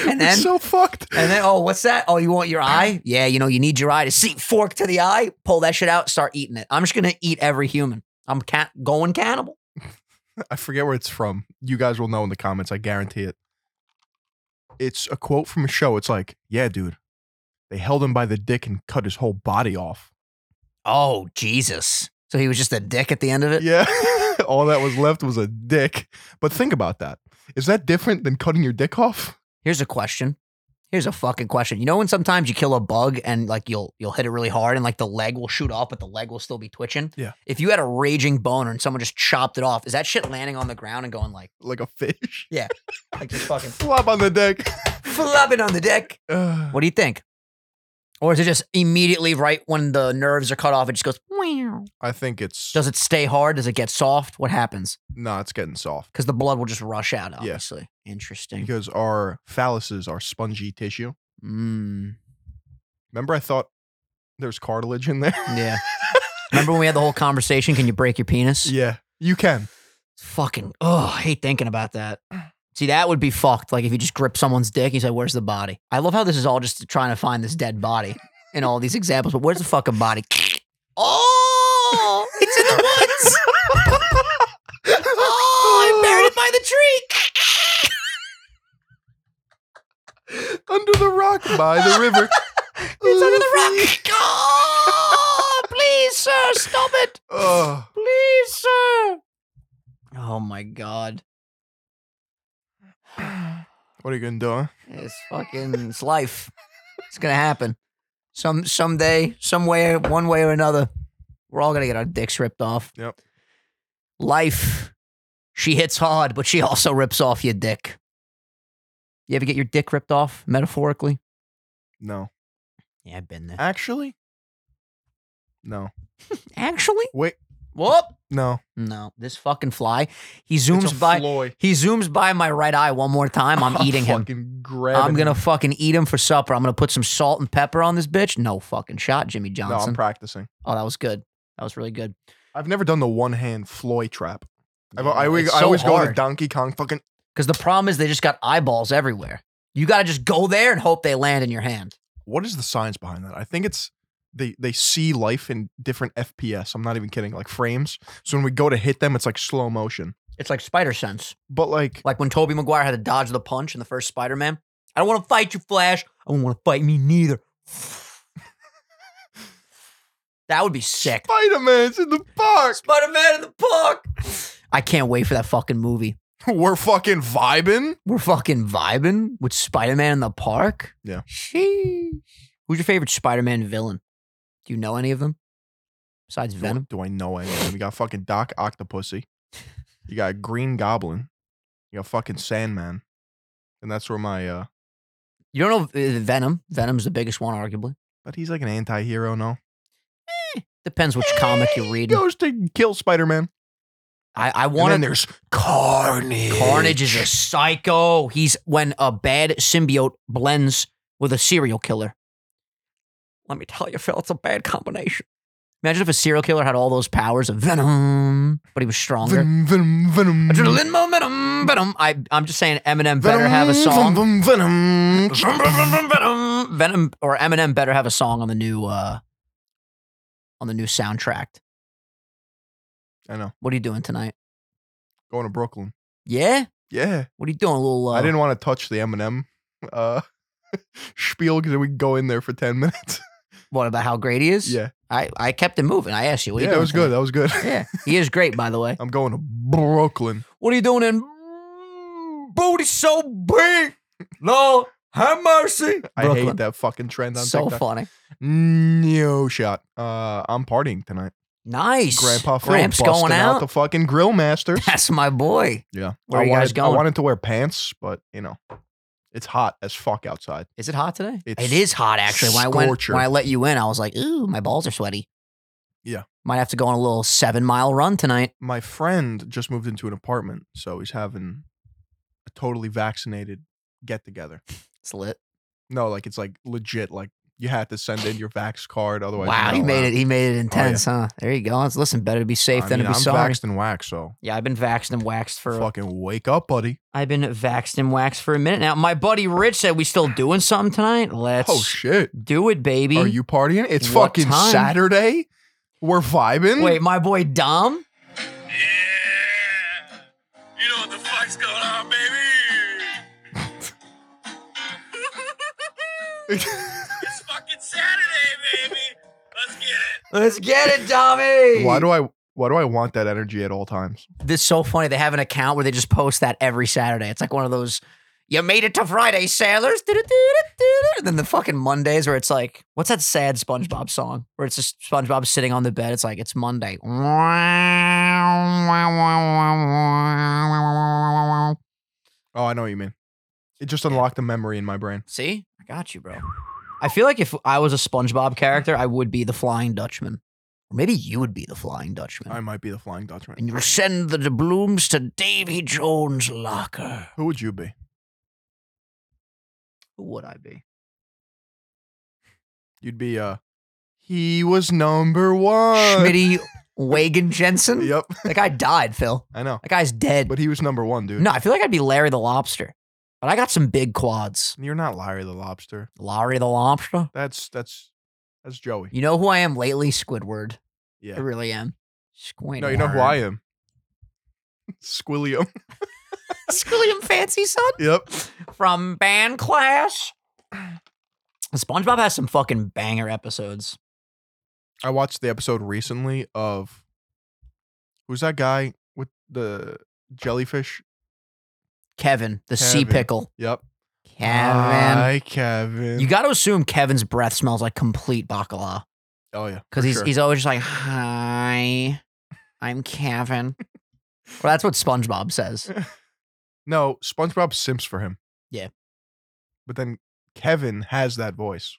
A: and
B: We're
A: then
B: so fucked.
A: and then, oh, what's that? Oh, you want your eye? Yeah, you know, you need your eye to see. Fork to the eye, pull that shit out, start eating it. I'm just gonna eat every human. I'm ca- going cannibal.
B: I forget where it's from. You guys will know in the comments. I guarantee it. It's a quote from a show. It's like, yeah, dude, they held him by the dick and cut his whole body off.
A: Oh, Jesus. So he was just a dick at the end of it?
B: Yeah, <laughs> all that was left was a dick. But think about that. Is that different than cutting your dick off? <laughs>
A: Here's a question. Here's a fucking question. You know when sometimes you kill a bug and like you'll you'll hit it really hard and like the leg will shoot off, but the leg will still be twitching?
B: Yeah.
A: If you had a raging boner and someone just chopped it off, is that shit landing on the ground and going like
B: Like a fish.
A: like just
B: <laughs>
A: fucking <laughs>
B: Flop on the dick. <sighs>
A: flopping on the deck?
B: Ugh.
A: What do you think? Or is it just immediately right when the nerves are cut off, it just goes, meow?
B: I think it's
A: Does it stay hard? Does it get soft? What happens?
B: no, it's getting soft
A: Because the blood will just rush out, obviously. Interesting.
B: because our phalluses are spongy tissue.
A: Mm,
B: Remember, I thought there's cartilage in there.
A: <laughs> yeah. Remember when we had the whole conversation? Can you break your penis?
B: <laughs> yeah, you can.
A: Fucking, oh, I hate thinking about that. See, that would be fucked. Like if you just grip someone's dick and you say, Where's the body? I love how this is all just trying to find this dead body in all these examples, but where's the fucking <laughs> body? oh, it's in the woods. <laughs> <laughs> Oh, I buried it <laughs> by the tree.
B: under the rock by the river.
A: <laughs> It's under the rock. Oh, please, sir, stop it.
B: Oh,
A: Please, sir. Oh my god.
B: what are you gonna do? huh?
A: It's fucking it's life. It's gonna happen. Some someday, some way, one way or another, we're all gonna get our dicks ripped off.
B: Yep.
A: Life. She hits hard, but she also rips off your dick. You ever get your dick ripped off, metaphorically?
B: No,
A: Yeah, I've been there.
B: actually, no,
A: Actually?
B: Wait.
A: Whoop.
B: no.
A: No, this fucking fly. He
B: it's
A: zooms
B: a
A: by.
B: Floy.
A: He zooms by my right eye one more time. <laughs>
B: <laughs>
A: I'm eating him.
B: Fucking grabbing
A: I'm gonna
B: him.
A: fucking eat him for supper. I'm gonna put some salt and pepper on this bitch. No fucking shot, Jimmy
B: No, I'm
A: Johnson.
B: practicing.
A: oh, that was good. That was really good.
B: I've never done the one hand Floy trap. I've,
A: Yeah,
B: I, always,
A: it's
B: I
A: so
B: always go to
A: hard.
B: Donkey Kong fucking.
A: Because the problem is they just got eyeballs everywhere. You gotta just go there and hope they land in your hand.
B: What is the science behind that? I think it's they they see life in different FPS. I'm not even kidding, like frames. So when we go to hit them, it's like slow motion.
A: It's like Spider Sense.
B: But like
A: Like when Toby Maguire had to dodge the punch in the first Spider Man. I don't want to fight you, Flash. I don't want to fight me neither. <laughs> that would be sick.
B: Spider Man's in the park.
A: Spider Man in the park. I can't wait for that fucking movie.
B: <laughs> We're fucking vibing.
A: We're fucking vibing with Spider Man in the park.
B: Yeah.
A: Sheesh. Who's your favorite Spider Man villain? Do you know any of them besides
B: Do-
A: Venom?
B: Do I know anyone? We got fucking Doc Octopussy. You got Green Goblin. You got fucking Sandman. And that's where my uh
A: You don't know uh, Venom. Venom's the biggest one, arguably.
B: but he's like an anti-hero, no?
A: Depends which comic
B: Eh,
A: you're
B: He
A: reading.
B: goes to kill Spider-Man.
A: I, I
B: And then
A: want to.
B: there's Carnage.
A: Carnage is a psycho. He's when a bad symbiote blends with a serial killer. Let me tell you, Phil, it's a bad combination. Imagine if a serial killer had all those powers of venom, but he was stronger.
B: Venom, venom, venom.
A: Adrenaline momentum, venom. I, I'm just saying Eminem better have a song.
B: Venom, venom,
A: Venom,
B: venom.
A: venom, venom, or Eminem better have a song on the new, uh, on the new soundtrack.
B: I know.
A: What are you doing tonight?
B: Going to Brooklyn.
A: Yeah,
B: Yeah.
A: what are you doing, a little? Uh,
B: I didn't want to touch the Eminem uh, <laughs> spiel because we could go in there for 10 minutes. <laughs>
A: What about how great he is?
B: yeah.
A: I, I kept it moving. I asked you, what are you
B: Yeah,
A: doing?
B: that was good. That was
A: <laughs>
B: good.
A: tonight? Yeah, he is great, by the way.
B: I'm going to Brooklyn.
A: What are you doing in booty so big? No, have mercy.
B: I hate that fucking trend on
A: So
B: TikTok.
A: funny.
B: No shot. Uh, I'm partying tonight.
A: Nice.
B: Grandpa Phil
A: Gramps
B: busted
A: going
B: out.
A: out.
B: the fucking grill
A: <laughs>
B: masters.
A: That's my boy.
B: yeah.
A: Where
B: I
A: you guys
B: wanted-
A: going?
B: I wanted to wear pants, but you know, it's hot as fuck outside.
A: Is it hot today?
B: It's
A: it is hot actually. When I went,
B: scorcher.
A: when I let you in, I was like, ooh, my balls are sweaty.
B: Yeah.
A: Might have to go on a little seven mile run tonight.
B: My friend just moved into an apartment, so he's having a totally vaccinated get together.
A: It's lit.
B: No, like it's like legit. Like you had to send in your vax card, otherwise.
A: wow, he made it. He made it
B: Oh, yeah.
A: intense, huh? There you go. Let's- Listen, better to be safe than to be
B: I'm
A: sorry.
B: vaxxed and waxed, so
A: Yeah, I've been vaxxed and waxed for.
B: fucking wake up, buddy.
A: I've been vaxxed and waxed for a minute now. My buddy Rich said we still doing something tonight. Let's
B: oh shit,
A: do it, baby.
B: are you partying? It's
A: What
B: fucking
A: time?
B: Saturday. We're vibing.
A: Wait, my boy Dom.
C: Yeah! You know what the fuck's going on, baby! it's fucking Saturday, baby! Let's get it!
A: Let's get it, Dommy.
B: <laughs> why do I? Why do I want that energy at all times?
A: This is so funny. They have an account where they just post that every Saturday. It's like one of those. You made it to Friday, sailors. Do-do-do-do-do-do. And then the fucking Mondays where it's like, what's that sad SpongeBob song? Where it's just SpongeBob sitting on the bed. It's like, it's Monday.
B: Oh, I know what you mean. It just unlocked a memory in my brain.
A: See? I got you, bro. I feel like if I was a SpongeBob character, I would be the Flying Dutchman. Or maybe you would be the Flying Dutchman.
B: I might be the Flying Dutchman.
A: and you'll send the doubloons to Davy Jones' locker.
B: Who would you be?
A: Who would I be?
B: You'd be uh. He was number one. <laughs>
A: Schmitty Wagen Jensen?
B: Yep,
A: That guy died, Phil.
B: I know.
A: That guy's dead.
B: But he was number one, dude.
A: no, I feel like I'd be Larry the Lobster. But I got some big quads.
B: You're not Larry the Lobster.
A: Larry the Lobster?
B: That's that's that's Joey.
A: You know who I am lately? Squidward. I
B: Yeah.
A: really am. Squidward.
B: No, you know who I am. <laughs> Squilliam.
A: <laughs> Squilliam Fancy Son?
B: yep.
A: from band class. SpongeBob has some fucking banger episodes.
B: I watched the episode recently of who's that guy with the jellyfish?
A: Kevin, the sea
B: Kevin.
A: pickle.
B: Yep.
A: Kevin.
B: Hi, Kevin.
A: you got to assume Kevin's breath smells like complete bacala
B: oh yeah.
A: because
B: for
A: he's
B: sure.
A: he's always just like, "Hi, I'm Kevin." well, that's what SpongeBob says.
B: no SpongeBob simps for him.
A: Yeah.
B: But then Kevin has that voice.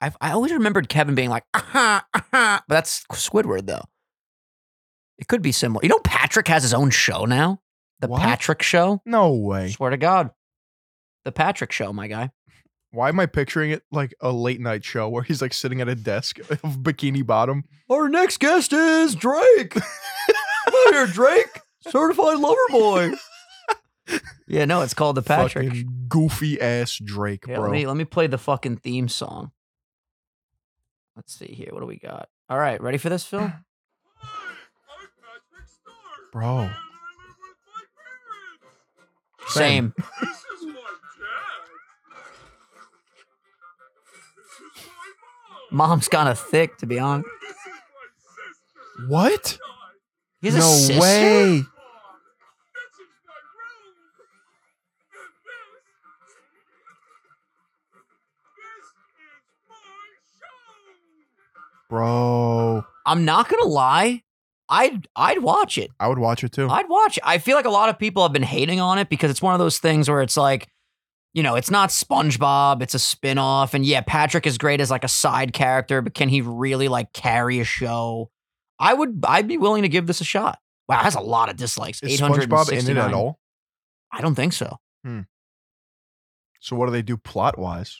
A: I I always remembered Kevin being like, <laughs> "Uh-huh, uh-huh." but that's Squidward though. It could be similar. You know, Patrick has his own show now, the
B: What?
A: Patrick Show.
B: No way.
A: Swear to God, the Patrick Show, my guy.
B: Why am I picturing it like a late night show where he's like sitting at a desk <laughs> of Bikini Bottom?
A: Our next guest is Drake. Come here, Drake, certified lover boy. Yeah, no, it's called the Patrick.
B: Fucking goofy ass Drake,
A: Yeah,
B: bro.
A: let me let me play the fucking theme song. Let's see here. What do we got? All right, ready for this, Phil?
B: Bro.
A: Same.
B: Same.
C: This is my dad. This is my mom.
A: Mom's kind of thick, to be honest.
C: This is my sister.
B: What?
A: He has a
B: no
A: sister?
B: way.
C: Mom. This is my room. And this. This is my show.
B: Bro.
A: I'm not gonna lie. I'd I'd watch it.
B: I would watch it too.
A: <laughs> I'd watch it. I feel like a lot of people have been hating on it because it's one of those things where it's like, you know, it's not SpongeBob, it's a spin-off. And yeah, Patrick is great as like a side character, but can he really like carry a show? I would I'd be willing to give this a shot. Wow, that's a lot of dislikes.
B: Is SpongeBob in it
A: 869.
B: at all?
A: I don't think so.
B: So what do they do plot wise?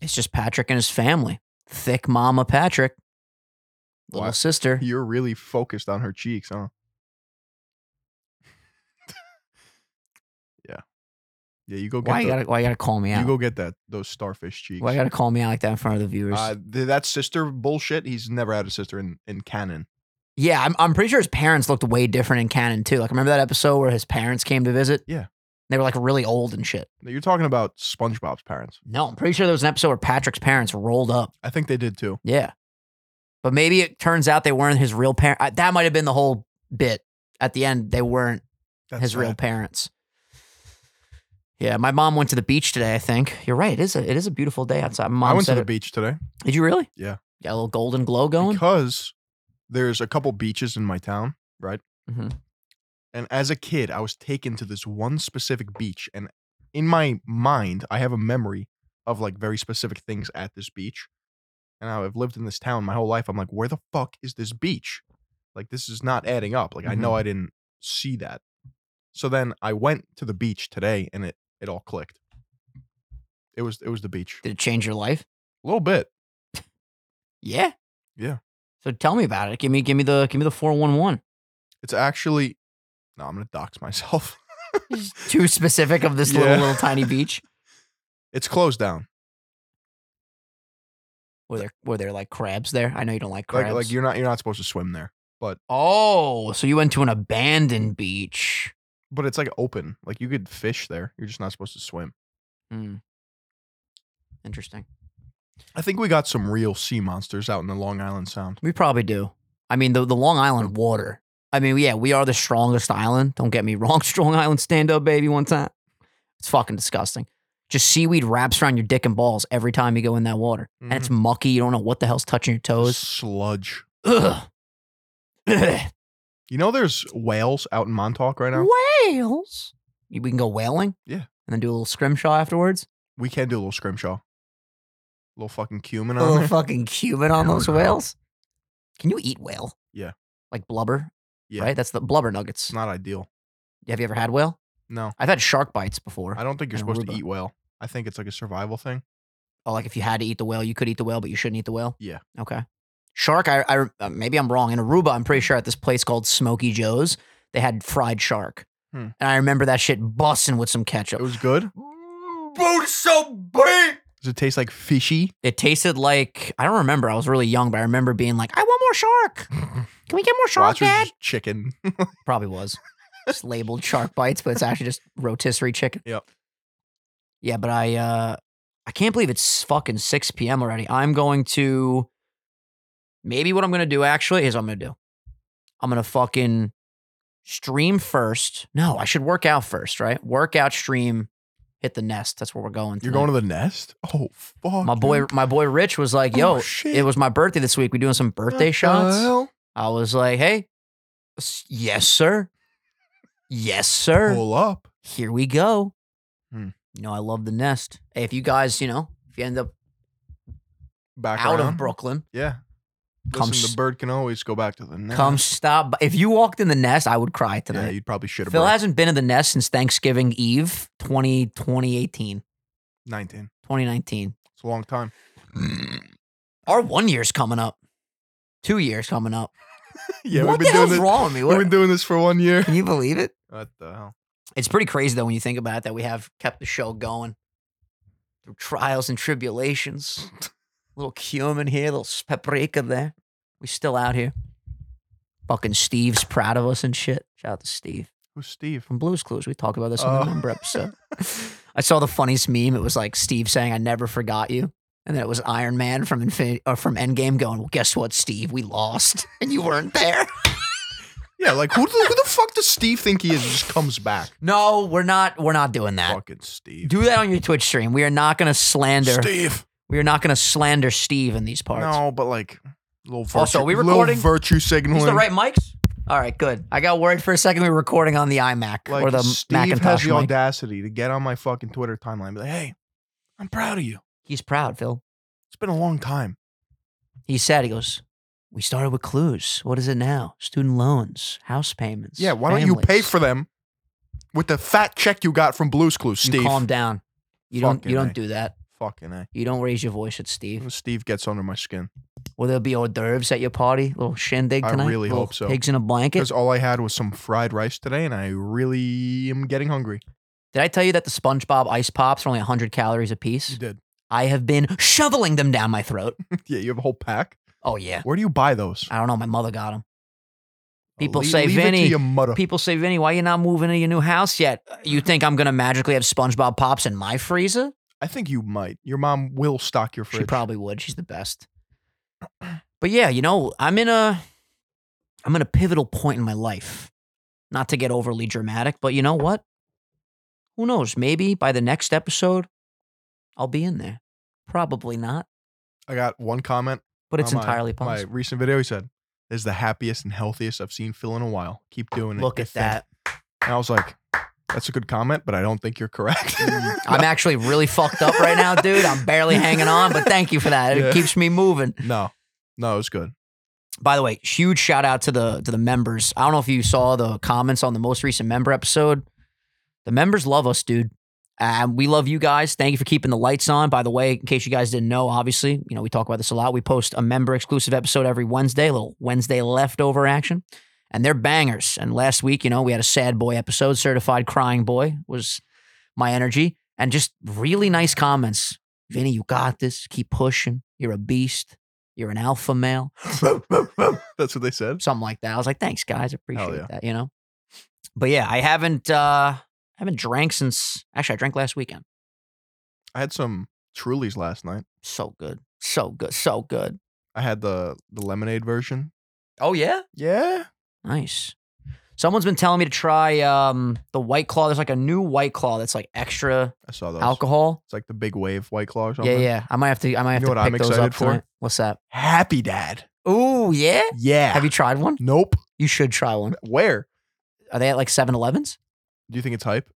A: It's just Patrick and his family. Thick mama Patrick. Little
B: Wow.
A: sister.
B: <laughs> You're really focused on her cheeks, huh? yeah. Yeah, you go get
A: Why you
B: the-
A: gotta why you gotta call me
B: you,
A: out?
B: go get that those starfish cheeks.
A: why you gotta call me out like that in front of the viewers?
B: uh, th- that sister bullshit. He's never had a sister in, in canon.
A: Yeah, I'm, I'm pretty sure his parents looked way different in canon too. Like, remember that episode where his parents came to visit?
B: Yeah.
A: They were like really old and shit.
B: No, You're talking about SpongeBob's parents.
A: No, I'm pretty sure there was an episode where Patrick's parents rolled up.
B: I think they did too.
A: Yeah. But maybe it turns out they weren't his real parents. That might have been the whole bit. At the end, they weren't
B: That's uh,
A: his real
B: sad.
A: parents. Yeah, my mom went to the beach today, I think. You're right. It is a, it is a beautiful day outside. My mom
B: I went to
A: said
B: the
A: it-
B: beach today
A: Did you really?
B: Yeah.
A: Got a little golden glow going?
B: because there's a couple beaches in my town, right?
A: Mhm.
B: And as a kid, I was taken to this one specific beach, and in my mind, I have a memory of like very specific things at this beach. And I've lived in this town my whole life. I'm like, where the fuck is this beach? Like, this is not adding up. Like, I know I didn't see that. So then I went to the beach today, and it it all clicked. It was it was the beach
A: Did it change your life?
B: a little bit.
A: Yeah.
B: Yeah.
A: So tell me about it. Give me give me the give me the 411.
B: It's actually no, I'm gonna dox <laughs> myself.
A: Too specific of this little
B: Yeah.
A: little
B: <laughs>
A: tiny beach.
B: It's closed down.
A: Were there were there like crabs there? I know you don't like crabs.
B: Like like you're not you're not supposed to swim there. But
A: oh, so you went to an abandoned beach.
B: but it's like open. Like you could fish there. You're just not supposed to swim.
A: Hmm. Interesting.
B: I think we got some real sea monsters out in the Long Island Sound.
A: We probably do. I mean the the Long Island water. I mean, yeah, we are the strongest island. Don't get me <laughs> wrong. Strong Island stand up, baby, one time. It's fucking disgusting. Just seaweed wraps around your dick and balls every time you go in that water. And it's
B: Mm-hmm.
A: mucky. You don't know what the hell's touching your toes.
B: sludge.
A: Ugh. Ugh.
B: You know there's whales out in Montauk right now?
A: Whales. You- We can go whaling.
B: Yeah.
A: And then do a little scrimshaw afterwards.
B: We can do a little scrimshaw. little fucking cumin
A: A
B: on
A: little
B: there.
A: fucking Cuban
B: <laughs>
A: on those whales. Can you eat whale?
B: Oh, Yeah.
A: Like blubber.
B: Yeah.
A: Right. That's the blubber nuggets.
B: It's not ideal.
A: Have you ever had whale?
B: No.
A: I've had shark bites before.
B: I don't think you're
A: And
B: supposed to
A: Aruba.
B: eat whale. I think it's like a survival thing.
A: Oh, like if you had to eat the whale, you could eat the whale, but you shouldn't eat the whale.
B: Yeah.
A: Okay. Shark. I. I uh, maybe I'm wrong. In Aruba, I'm pretty sure at this place called Smoky Joe's, they had fried shark,
B: Hmm.
A: and I remember that shit busting with some ketchup.
B: It was good.
A: Booty so big.
B: Does it taste like fishy?
A: It tasted like I don't remember. I was really young, but I remember being like, "I want more shark. Can we get more shark,
B: Watch was
A: Dad?"
B: just chicken.
A: Probably was just labeled shark bites, but it's actually just rotisserie chicken.
B: Yep.
A: Yeah, but I uh I can't believe it's fucking six p.m. already. I'm going to maybe what I'm gonna do actually is I'm gonna do I'm gonna fucking stream first. No, I should work out first, right? Workout, stream, hit the nest. That's where we're going.
B: You're
A: tonight.
B: going to the nest? Oh fuck.
A: my boy, my boy Rich was
B: Oh,
A: like, "Yo, it was my birthday this week. We doing some birthday shots. I was like, hey, s- yes, sir. Yes, sir.
B: Pull up.
A: Here we go.
B: Hmm.
A: You know, I love the nest. Hey, if you guys, you know, if you end up
B: Back
A: out
B: around.
A: of Brooklyn,
B: Yeah.
A: Come
B: Listen,
A: s-
B: the bird can always go back to the nest.
A: come stop. by- If you walked in the nest, I would cry
B: Yeah,
A: tonight.
B: you'd probably shit a
A: Phil
B: bird.
A: hasn't been in the nest since Thanksgiving Eve 20, 2018,
B: 19. <sniffs>
A: 2019.
B: It's a
A: <laughs>
B: long time.
A: Our one year's coming up. Two years coming up.
B: yeah,
A: what the hell's wrong with me?
B: We've
A: What-
B: been doing this for one
A: <laughs>
B: year.
A: can you believe it?
B: What the hell?
A: It's pretty crazy though when you think <laughs> about it that we have kept the show going through trials and tribulations. little cumin here, little s- paprika there. We still out here. Fucking Steve's proud of us and shit. Shout out to Steve
B: Who's Steve?
A: from Blues Clues. We talk about this on the
B: Oh.
A: member <laughs> episode. I saw the funniest meme. It was like Steve saying, "I never forgot you," and then it was Iron Man from Infinity or from Endgame going, "Well, guess what, Steve? We lost, <laughs> and you weren't there."
B: Yeah, like who, the- who the fuck does Steve think he is? He Just comes back.
A: no, we're not. We're not doing <laughs> that.
B: Fucking Steve.
A: Do that on your Twitch stream. We are not going to slander.
B: Steve.
A: We are not going to slander Steve in these parts.
B: No, but like little virtue.
A: Also, we
B: little
A: recording?
B: virtue signaling.
A: These the right mics? All right, good. I got worried for a second. We were recording on the iMac
B: Like
A: or the
B: Steve has
A: Macintosh
B: the
A: mic.
B: audacity to get on my fucking Twitter timeline. and Be like, hey, I'm proud of you.
A: He's proud, Phil.
B: It's been a long time.
A: He said, he goes, we started with clues. What is it now? Student loans, house payments.
B: Yeah, why don't you pay
A: families."
B: for them with the fat check you got from Blue's Clues,
A: You
B: Steve?
A: calm down. You don't.
B: Fucking
A: You don't
B: A.
A: do that.
B: <laughs> Fucking a.
A: You don't raise your voice at Steve.
B: Steve gets under my skin
A: Or there'll be hors d'oeuvres at your party. Little shindig
B: I
A: tonight.
B: really
A: little
B: hope so.
A: Pigs in a blanket.
B: because all I had was some fried rice today, and I really am getting hungry.
A: Did I tell you that the SpongeBob ice pops are only 100 calories apiece?
B: You did.
A: I have been shoveling them down my throat.
B: <laughs> yeah, you have a whole pack.
A: Oh yeah.
B: Where do you buy those?
A: I don't know. My mother got them. People
B: Le-
A: say,
B: leave It
A: Vinny.
B: to your mother.
A: People say, Vinny, why you not moving into your new house yet?
B: <laughs>
A: You think I'm gonna magically have SpongeBob pops in my freezer?
B: I think you might. Your mom will stock your fridge.
A: She probably would. She's the best. But yeah, you know, I'm in a, I'm in a pivotal point in my life. Not to get overly dramatic, but you know what? Who knows? Maybe by the next episode, I'll be in there. Probably not,
B: I got one comment.
A: but it's
B: on my-
A: entirely
B: My
A: possible.
B: recent video, he said, "This is the happiest and healthiest I've seen Phil in a while. Keep doing it."
A: Look
B: Good
A: at
B: thing."
A: that.
B: And I was like, "That's a good comment, but I don't think you're correct." <laughs>
A: I'm actually really fucked up right now, dude. I'm barely hanging on, but thank you for that.
B: Yeah.
A: It keeps me moving.
B: no, no, it was <laughs> good.
A: By the way, huge shout out to the to the members. I don't know if you saw the comments on the most recent member episode. The members love us, dude. And we love you guys. Thank you for keeping the lights on. By the way, in case you guys didn't know, obviously, you know, we talk about this a lot. We post a member exclusive episode every Wednesday, a little Wednesday leftover action. And they're bangers. And last week, you know, we had a sad boy episode, certified crying boy was my energy. And just really nice comments. Vinny, you got this. Keep pushing. You're a beast. You're an alpha male
B: That's what they said.
A: something like that. I was like, thanks guys, I appreciate
B: yeah.
A: that, you know. But yeah, I haven't uh I haven't drank since actually I drank last weekend.
B: I had some Trulies last night.
A: So good. So good. So good.
B: I had the the lemonade version.
A: Oh yeah?
B: Yeah,
A: Nice. Someone's been telling me to try um the white claw. There's like a new white claw that's like extra
B: I saw those.
A: alcohol.
B: It's like the big wave white claw or something.
A: Yeah, yeah. I might have to I might have
B: know
A: to
B: what I'm
A: pick those up
B: excited for?
A: tonight. What's that?
B: Happy Dad.
A: Ooh, yeah.
B: Yeah.
A: Have you tried one?
B: Nope.
A: You should try one.
B: Where?
A: Are they at like 7-Elevens?
B: Do you think it's hype?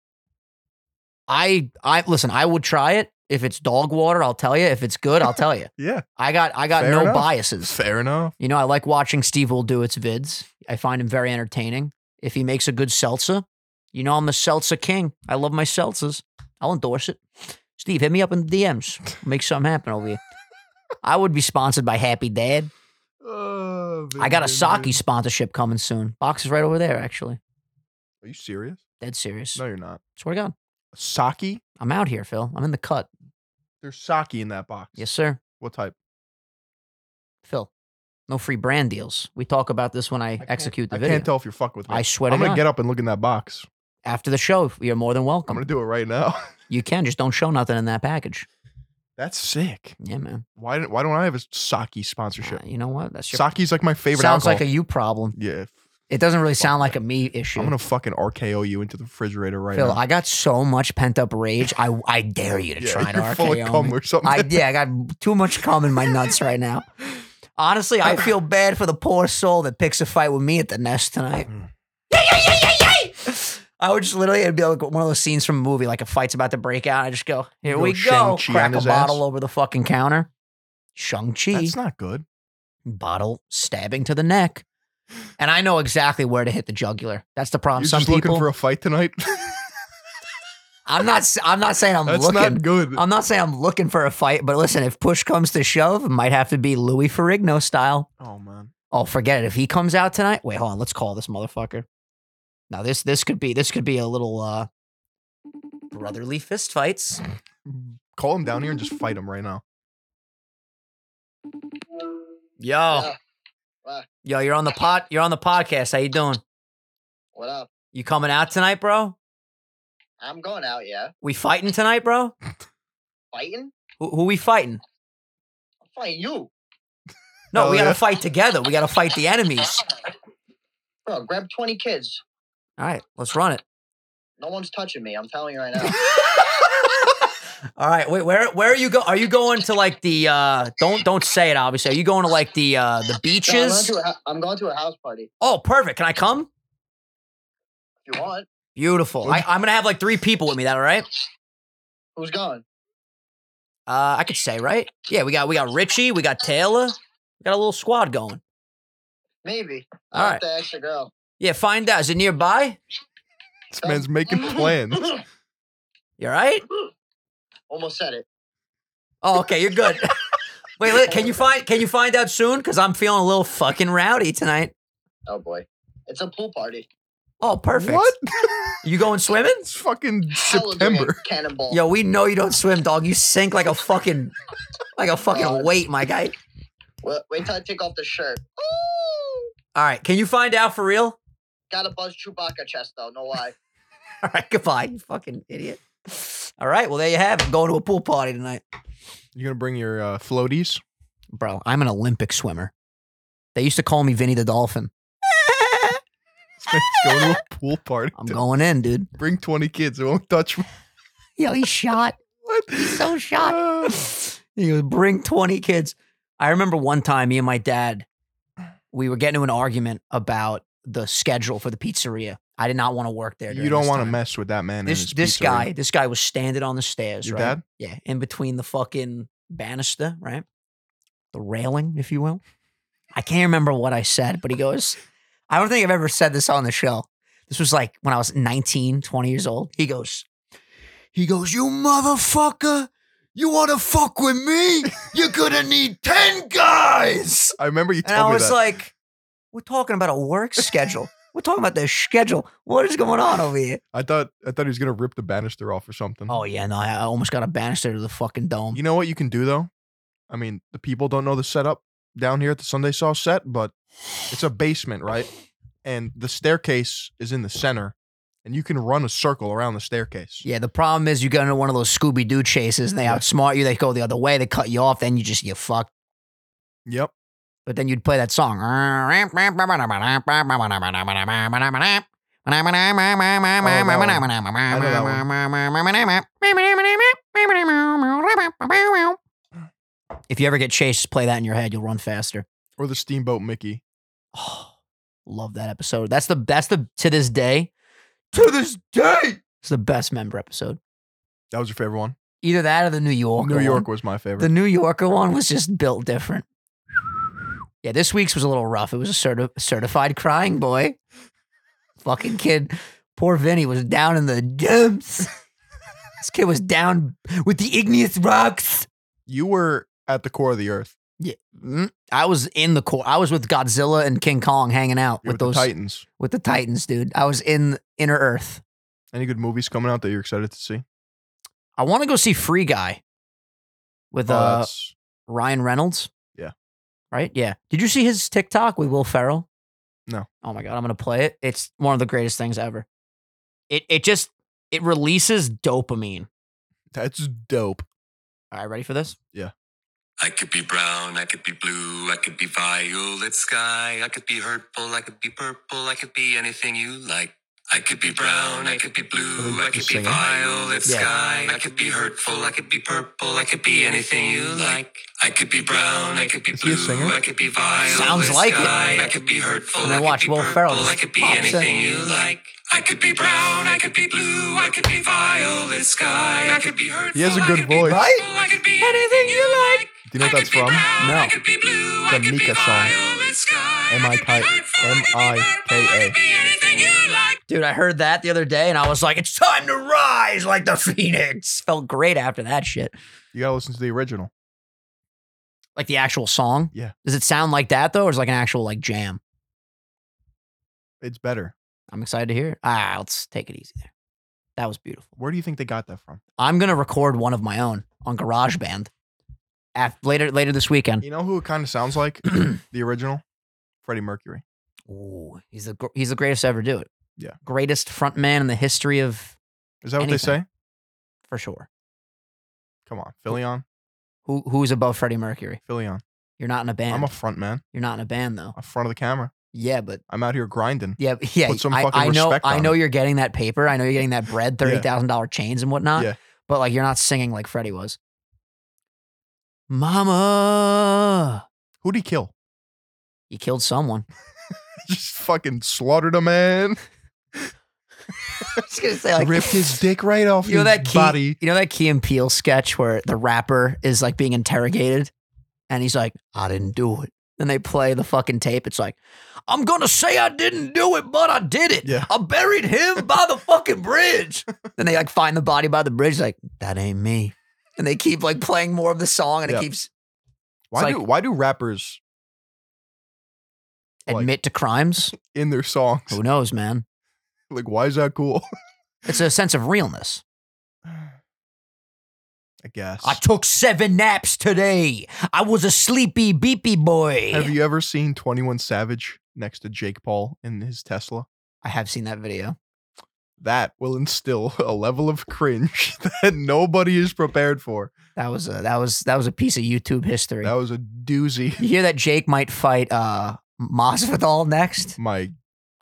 A: I I listen, I would try it. If it's dog water, I'll tell you. If it's good, I'll tell you.
B: Yeah.
A: I got I got
B: Fair
A: no
B: enough.
A: biases.
B: Fair enough.
A: You know, I like watching Steve will do its vids. I find him very entertaining. If he makes a good seltzer, you know I'm a seltzer king. I love my seltzers. I'll endorse it. Steve, hit me up in the DMs. Make something happen over here. I would be sponsored by Happy Dad.
B: Oh,
A: I got a
B: Vin, Vin,
A: sake sponsorship coming soon. Box is right over there, actually.
B: Vin. Are you serious?
A: Dead serious.
B: No, you're not.
A: Swear to God.
B: Saki?
A: I'm out here, Phil. I'm in the cut.
B: There's sake in that box.
A: Yes, sir.
B: What type?
A: Phil. No free brand deals. We talk about this when I,
B: can't-
A: execute the
B: I
A: video.
B: can't tell if you're fucking with me.
A: I swear to
B: I'm gonna
A: God.
B: get up and look in that box.
A: After the show, you're more than
B: I'm
A: welcome.
B: gonna do it right now. <laughs>
A: You can just don't show nothing in that package.
B: That's sick.
A: Yeah, man.
B: Why didn't Why don't I have a sake
A: Uh,
B: sponsorship?
A: you know what? That's your
B: Sake's like my favorite.
A: sounds
B: alcohol.
A: like a you problem.
B: yeah. f-
A: It doesn't really
B: Fuck
A: sound
B: that.
A: like a me issue.
B: I'm gonna fucking RKO you into the refrigerator right
A: Phil,
B: now.
A: I got so much pent up rage. I I dare you to
B: Yeah,
A: try and
B: <laughs> you're full
A: RKO
B: of cum
A: me.
B: or something.
A: I yeah, I got too much cum in my nuts right now. Honestly, I feel bad for the poor soul that picks a fight with me at the nest tonight.
B: Mm.
A: I would just literally it'd be like one of those scenes from a movie, like a fight's about to break out. I just go, here
B: Go
A: we go,
B: Shang-Chi
A: crack
B: on
A: a
B: his
A: bottle
B: ass.
A: over the fucking counter. Shang Chi.
B: <laughs> That's not good.
A: bottle stabbing to the neck. And I know exactly where to hit the jugular. That's the problem.
B: You're
A: Some
B: just
A: people.
B: looking for a fight tonight. <laughs>
A: I'm not. s- I'm not saying I'm
B: That's
A: looking.
B: not good.
A: I'm not saying I'm looking for a fight. But listen, if push comes to shove, it might have to be Louis Ferrigno style.
B: oh man.
A: Oh, forget it. If he comes out tonight, wait, hold on. Let's call this motherfucker. Now this this could be this could be a little uh brotherly fistfights.
B: Call him down here and just fight him right now.
A: Yo,
D: Yeah. What?
A: yo, you're on the pot. You're on the podcast. How you doing?
D: What up?
A: You coming out tonight, bro?
D: I'm going out, yeah.
A: We fighting tonight, bro?
D: Fighting?
A: Who, who we fighting?
D: I'm fighting you.
A: No,
B: Hell
A: we gotta
B: yeah.
A: fight together. We gotta fight the enemies.
D: Bro, grab 20 kids.
A: All right, let's run it.
D: No one's touching me. I'm telling you right now.
A: <laughs> All right, wait, where where are you go? Are you going to like the uh don't don't say it obviously. Are you going to like the uh the
D: No, I'm, going
A: beaches?
D: to a hou- I'm going to a house party
A: Oh, perfect. Can I come?
D: if you want.
A: Beautiful. I, I'm gonna have like three people with me. That all right?
D: Who's going?
A: Uh, I could say right. Yeah, we got we got Richie, we got Taylor, we got a little squad going.
D: Maybe.
A: All
D: Not
A: right.
D: The extra girl.
A: Yeah, find out. Is it nearby?
B: <laughs> This man's making plans.
A: You all right?
D: Almost said it.
A: Oh, okay, you're good. <laughs> wait, wait, can you find can you find out soon? Because I'm feeling a little fucking rowdy tonight.
D: Oh boy. It's a pool party.
A: Oh, perfect.
B: What?
A: You going swimming?
B: it's fucking
D: Hella doing
B: September.
D: Cannonball.
A: Yo, we know you don't swim, dog. You sink like a fucking like a fucking
B: <laughs>
D: God.
A: weight, my guy.
D: Wait, wait till I take off the shirt.
A: All right, can you find out for real? <laughs>
D: Got a buzz Chewbacca chest though. No lie.
A: All right, goodbye, you fucking idiot. All right, well there you have it. Going to a pool party tonight,
B: You're gonna bring your uh, floaties.
A: bro. I'm an Olympic swimmer. They used to call me Vinny the
B: <laughs>
A: Dolphin.
B: Let's go to
A: <laughs>
B: a pool party.
A: I'm going in, dude.
B: Bring 20 kids. It won't touch me. <laughs>
A: Yo, he's shot.
B: What?
A: He's so shot.
B: Uh, <laughs>
A: he goes, bring 20 kids. I remember one time, me and my dad, we were getting into an argument about the schedule for the pizzeria. I did not want to work there.
B: you
A: during
B: don't
A: this
B: want to
A: time.
B: mess with that man. and
A: This
B: his
A: this
B: pizzeria.
A: guy, this guy was standing on the stairs,
B: Your
A: right?
B: dad?
A: Yeah, in between the fucking banister, right? The railing, if you will. I can't remember what I said, but he goes, I don't think I've ever said this on the show. This was like when I was 19, 20 years old. He goes, he goes, you motherfucker, you want to fuck with me? You're gonna need 10 guys.
B: I remember you
A: And I
B: told me
A: was
B: that.
A: like, we're talking about a work schedule. We're talking about the schedule. What is going on over here?
B: I thought I thought he was gonna rip the banister off or something.
A: Oh yeah, no, I I almost got a banister to the fucking dome.
B: You know what you can do though? I mean, the people don't know the setup down here at the Sunday Saw set, but it's a basement, right? And the staircase is in the center, and you can run a circle around the staircase.
A: Yeah, the problem is you get into one of those Scooby Doo chases and they
B: Yeah.
A: outsmart you. They go the other way. They cut you off. Then you just get fucked.
B: Yep.
A: But then you'd play that song. If you ever get chased, play that in your head. You'll run faster.
B: Or the Steamboat Mickey.
A: Oh, <sighs> love that episode. That's the that's the to this day. To this day, it's the best member episode.
B: That was your favorite one.
A: Either that or the New York.
B: New York was my favorite.
A: The New Yorker one was just built different. Yeah, this week's was a little rough. It was a certi- certified crying boy. Fucking kid. Poor Vinny was down in the dumps. this kid was down with the igneous rocks.
B: you were at the core of the earth
A: Yeah. mm, I was in the core. I was with Godzilla and King Kong hanging out with,
B: You're with,
A: those
B: the Titans.
A: with the Titans, dude. I was in inner earth.
B: Any good movies coming out that you're excited to see?
A: I want to go see Free Guy with
B: Oh,
A: uh,
B: that's-
A: Ryan Reynolds.
B: Yeah.
A: Right? Yeah. Did you see his TikTok with Will Ferrell?
B: No.
A: Oh my god, I'm going to play it. It's one of the greatest things ever. It it just it releases dopamine.
B: that's dope.
A: All right, ready for this?
E: I could be brown, I could be blue, I could be violet sky, I could be hurtful, I could be purple, I could be anything you like. I could be brown, I could be blue, I could be violet
A: Yeah.
E: sky, I could be hurtful, I could be purple, I could be anything you like. I could be brown, I could be
B: Is he a
E: blue,
B: singer?
E: I could be violet
A: Sounds like it.
E: sky, I could be hurtful,
A: And then
E: I
A: watch
E: could be
A: Will
E: purple,
A: Ferrell
E: I
A: just
E: could be
A: pops in.
E: anything you like. I could be brown, I could be blue, I could be violet sky, I could be hurtful.
B: He has a
E: I
B: good
E: could be
B: voice.
E: purple, I could be anything you like.
B: Do you know what that's from?
A: No.
E: I could be blue. I
B: The
E: could be
B: Mika song.
E: violet sky. I could be
B: M.I.K.
E: hurtful, I could be purple, I could be anything you like.
A: Dude, I heard that the other day and I was like, "It's time to rise like the <laughs> phoenix." Felt great after that shit.
B: You gotta listen to the original.
A: Like the actual song?
B: Yeah.
A: Does it sound like that though or is it like an actual like jam?
B: It's better.
A: I'm excited to hear it. Ah, let's take it easy there. That was beautiful.
B: Where do you think they got that from?
A: I'm going to record one of my own on GarageBand. after, later later this weekend.
B: You know who it kind of
A: <clears throat>
B: sounds like? the original? Freddie Mercury.
A: Ooh, he's the gr- he's the greatest to ever do it.
B: Yeah.
A: greatest front man in the history of
B: Is that what they
A: Anything.
B: say?
A: for sure.
B: Come on. Philly on.
A: Who who's above Freddie Mercury?
B: Philly on.
A: You're not in a band.
B: I'm a front man.
A: You're not in a band though.
B: I'm front of the camera.
A: Yeah, but
B: I'm out here grinding.
A: yeah, <laughs> yeah.
B: Put some
A: I,
B: fucking
A: I know.
B: respect
A: I
B: on
A: know
B: it.
A: you're getting that paper. I know you're getting that bread,
B: Yeah.
A: thirty thousand dollar chains and whatnot.
B: Yeah.
A: But like, you're not singing like Freddie was. Mama,
B: Who'd he kill? <laughs>
A: he killed someone.
B: Just fucking slaughtered a man.
A: I was gonna say <laughs> like
B: Ripped his dick right
A: <laughs>
B: off
A: You know
B: his
A: that key,
B: body.
A: you know that Key and Peele sketch where the rapper is like being interrogated, and he's like, "I didn't do it." Then they play the fucking tape. It's like, "I'm gonna say I didn't do it, but I did it.
B: Yeah.
A: I buried him by the fucking
B: <laughs>
A: bridge." then they like find the body by the bridge. Like that ain't me. And they keep like playing more of the song, and
B: Yeah.
A: it keeps
B: Why
A: like-
B: do why do rappers Like-
A: admit to crimes.
B: in their songs <laughs>
A: Who knows, man?
B: like why is that cool? <laughs>
A: It's a sense of realness.
B: I guess.
A: I took seven naps today. I was a sleepy beepy boy.
B: Have you ever seen 21 Savage next to Jake Paul in his Tesla?
A: I have seen that video.
B: That will instill <laughs> a level of cringe <laughs> that nobody is prepared for.
A: That was a that was that was a piece of YouTube history.
B: That was a doozy.
A: you hear that Jake might fight uh Masvidal next?
B: My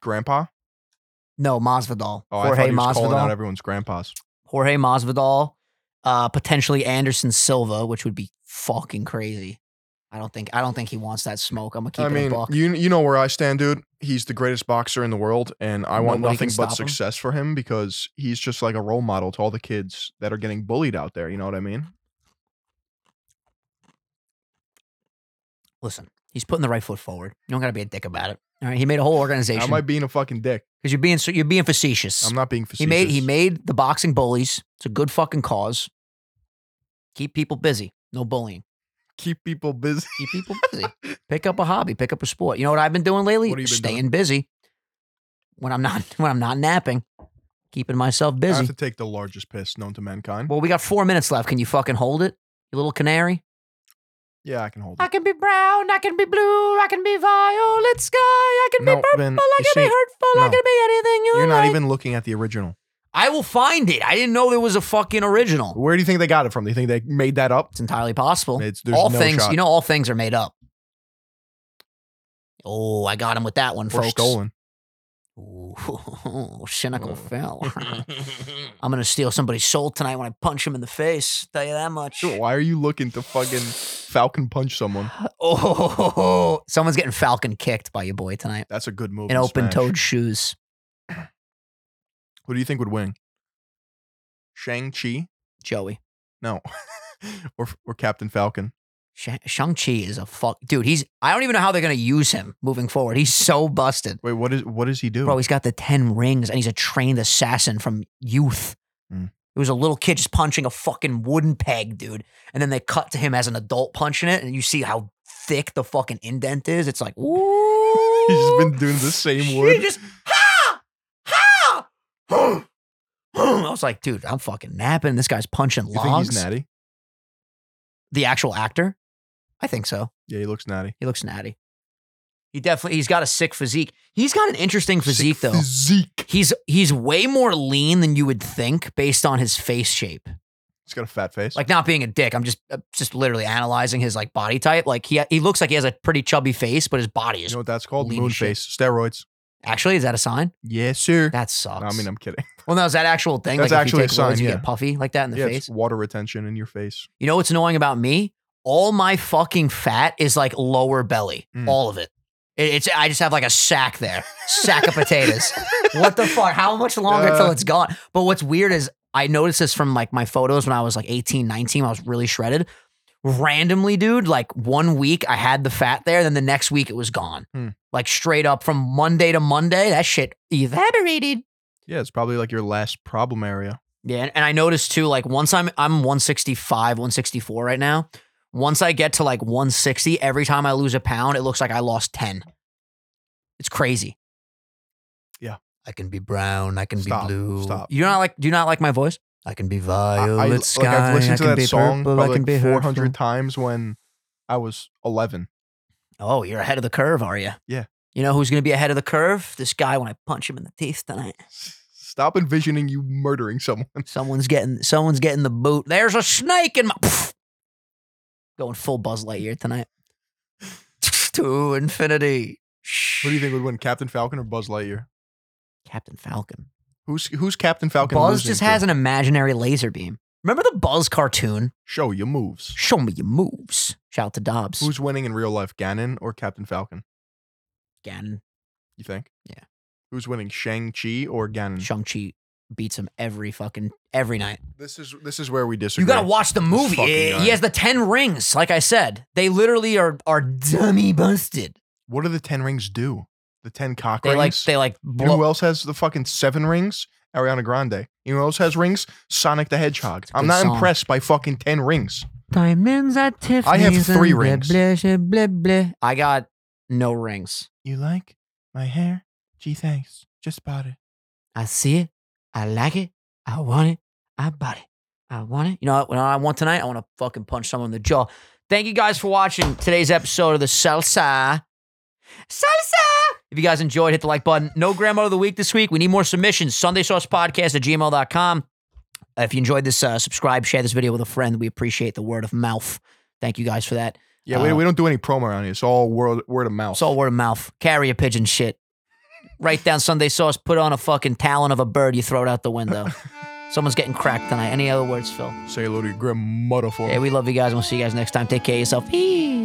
B: grandpa?
A: No, Masvidal.
B: Oh, I thought
A: Jorge
B: he was calling out
A: Masvidal.
B: everyone's grandpas.
A: Jorge Masvidal. Uh, potentially Anderson Silva, which would be fucking crazy. I don't think I don't think he wants that smoke. I'm gonna keep
B: I
A: it a
B: mean,
A: buck.
B: you you know where I stand, dude. He's the greatest boxer in the world, and I want
A: Nobody can
B: nothing but
A: stop him.
B: success for him because he's just like a role model to all the kids that are getting bullied out there. You know what I mean?
A: Listen, he's putting the right foot forward. You don't gotta be a dick about it. All right, he made a whole
B: How
A: organization
B: am I
A: because
B: being a fucking dick?
A: you're being so, you're being facetious.
B: I'm not being facetious.
A: He made he made the boxing bullies. It's a good fucking cause. Keep people busy. No bullying.
B: keep people busy.
A: keep people busy. pick up a hobby, pick up a sport. You know what I've been doing lately?
B: What have you been
A: Staying
B: doing?
A: busy. When I'm not <laughs> when I'm not napping, keeping myself
B: I
A: busy.
B: have to take the largest piss known to mankind.
A: well, we got four minutes left. Can you fucking hold it, you little canary?
B: Yeah, I can hold
A: I
B: it.
A: can be brown, I can be blue, I can be violet sky, I can
B: No,
A: be purple,
B: Ben,
A: I
B: you
A: can be
B: see,
A: hurtful, I
B: no.
A: can be anything you
B: You're not
A: like.
B: even looking at the original.
A: I will find it. I didn't know there was a fucking original.
B: Where do you think they got it from? Do you think they made that up?
A: It's entirely possible.
B: It's, there's
A: all
B: no
A: things,
B: shot.
A: you know, all things are made up. Oh, I got him with that one,
B: or
A: folks.
B: stolen.
A: <laughs> Ooh, cynical
B: Whoa.
A: Phil.
B: <laughs>
A: I'm gonna steal somebody's soul tonight when I punch him in the face. Tell you that much.
B: Dude, why are you looking to fucking Falcon punch someone?
A: <laughs> Oh, someone's getting Falcon kicked by your boy tonight
B: That's a good move.
A: in
B: smash.
A: open-toed shoes.
B: Who do you think would win? Shang Chi?
A: Joey
B: No. <laughs> or or Captain Falcon?
A: Shang Chi is a fuck dude. He's I don't even know how they're gonna use him moving forward. He's so busted,
B: Wait, what is what does he do?
A: bro. He's got the ten rings and he's a trained assassin from youth.
B: Mm.
A: It was a little kid just punching a fucking wooden peg, dude. And then they cut to him as an adult punching it, and you see how thick the fucking indent is. It's like, ooh.
B: <laughs> <laughs> He's just been doing the same
A: She
B: wood.
A: just ha ha. <gasps> I was like, dude, I'm fucking napping. This guy's punching
B: You think he's
A: logs.
B: natty?
A: The actual actor, I think so.
B: Yeah, he looks natty.
A: He looks natty. He definitely. He's got a sick physique. He's got an interesting physique though.
B: Physique.
A: He's he's way more lean than you would think based on his face shape.
B: He's got a fat face.
A: Like not being a dick, I'm just I'm just literally analyzing his like body type. Like he he looks like he has a pretty chubby face, but his body
B: you
A: is
B: know what that's called?
A: lean
B: Moon
A: as shit.
B: face. Steroids.
A: actually is that a sign?
B: Yes, sir.
A: That sucks.
B: No, I mean, I'm kidding.
A: Well, no, is that actual thing?
B: That's
A: like
B: actually a
A: if you take loads,
B: sign,
A: you
B: yeah.
A: get puffy like that in the
B: yeah,
A: face.
B: it's water retention in your face.
A: You know what's annoying about me? All my fucking fat is like lower belly,
B: Mm.
A: all of it. It- It's I just have like a sack there, sack of
B: <laughs>
A: potatoes. What the fuck? How much longer till
B: Uh.
A: it's gone? But what's weird is I noticed this from like my photos when I was like 18, 19, I was really shredded. Randomly, dude, like one week I had the fat there, then the next week it was gone.
B: Hmm.
A: Like straight up from Monday to Monday, that shit evaporated.
B: Yeah, it's probably like your last problem area.
A: Yeah, and- and I noticed too, like once I'm I'm 165, 164 right now. Once I get to like 160, every time I lose a pound, it looks like I lost 10. It's crazy.
B: Yeah.
A: I can be brown, I can
B: Stop,
A: be blue.
B: stop.
A: You not like do you not like my voice? I can be
B: I, I-
A: violet
B: like
A: sky.
B: I've listened
A: I
B: to
A: can
B: that
A: be
B: song
A: purple. I
B: probably
A: can be
B: like
A: hurtful.
B: 400 times when I was 11.
A: Oh, you're ahead of the curve, are you?
B: Yeah.
A: You know who's going to be ahead of the curve? This guy when I punch him in the teeth tonight.
B: S- Stop envisioning you murdering someone. <laughs>
A: Someone's getting someone's getting the boot. There's a snake in my <laughs> going full Buzz Lightyear tonight. <laughs> to infinity.
B: Who do you think would win, Captain Falcon or Buzz Lightyear?
A: Captain Falcon.
B: Who's who's Captain Falcon?
A: Buzz
B: losing
A: just
B: to?
A: has an imaginary laser beam. Remember the Buzz cartoon?
B: show your moves.
A: Show me your moves. Shout out to Dobbs.
B: Who's winning in real life, Ganon or Captain Falcon?
A: Ganon.
B: You think?
A: Yeah.
B: Who's winning, Shang Chi or Ganon?
A: Shang-Chi beats him every fucking every night.
B: this is this is where we disagree.
A: You gotta watch the movie.
B: fucking
A: Eh,
B: guy.
A: he has the ten rings, like I said. They literally are are dummy busted.
B: What do the ten rings do? The ten cock
A: They like
B: rings.
A: they like
B: you know who
A: blow.
B: else has the fucking seven rings? Ariana Grande. You know who else has rings? Sonic the Hedgehog.
A: It's a
B: I'm
A: good
B: not
A: song.
B: impressed by fucking ten rings.
A: Diamonds at Tiffany's.
B: three
A: and blah,
B: rings.
A: blah, blah, blah, blah. I got no rings.
B: You like my hair? Gee, thanks. Just bought it.
A: I see it. I like it. I want it. I bought it. I want it. You know what, what I want tonight? I want to fucking punch someone in the jaw. Thank you guys for watching today's episode of the Salsa. Salsa! If you guys enjoyed, hit the like button. No grandma of the week this week. We need more submissions. Sunday Sauce Podcast at gmail.com. Uh, If you enjoyed this, uh, subscribe, share this video with a friend. We appreciate the word of mouth. Thank you guys for that.
B: Yeah, we,
A: Uh,
B: we don't do any promo around here. It's all word, word of mouth.
A: It's all word of mouth. Carry a pigeon shit. Write down Sunday sauce, put on a fucking talon of a bird, you throw it out the window. Someone's getting cracked tonight. Any other words, Phil?
B: Say hello to your grandmother for me.
A: Hey, we love you guys. We'll see you guys next time. Take care of yourself. Peace.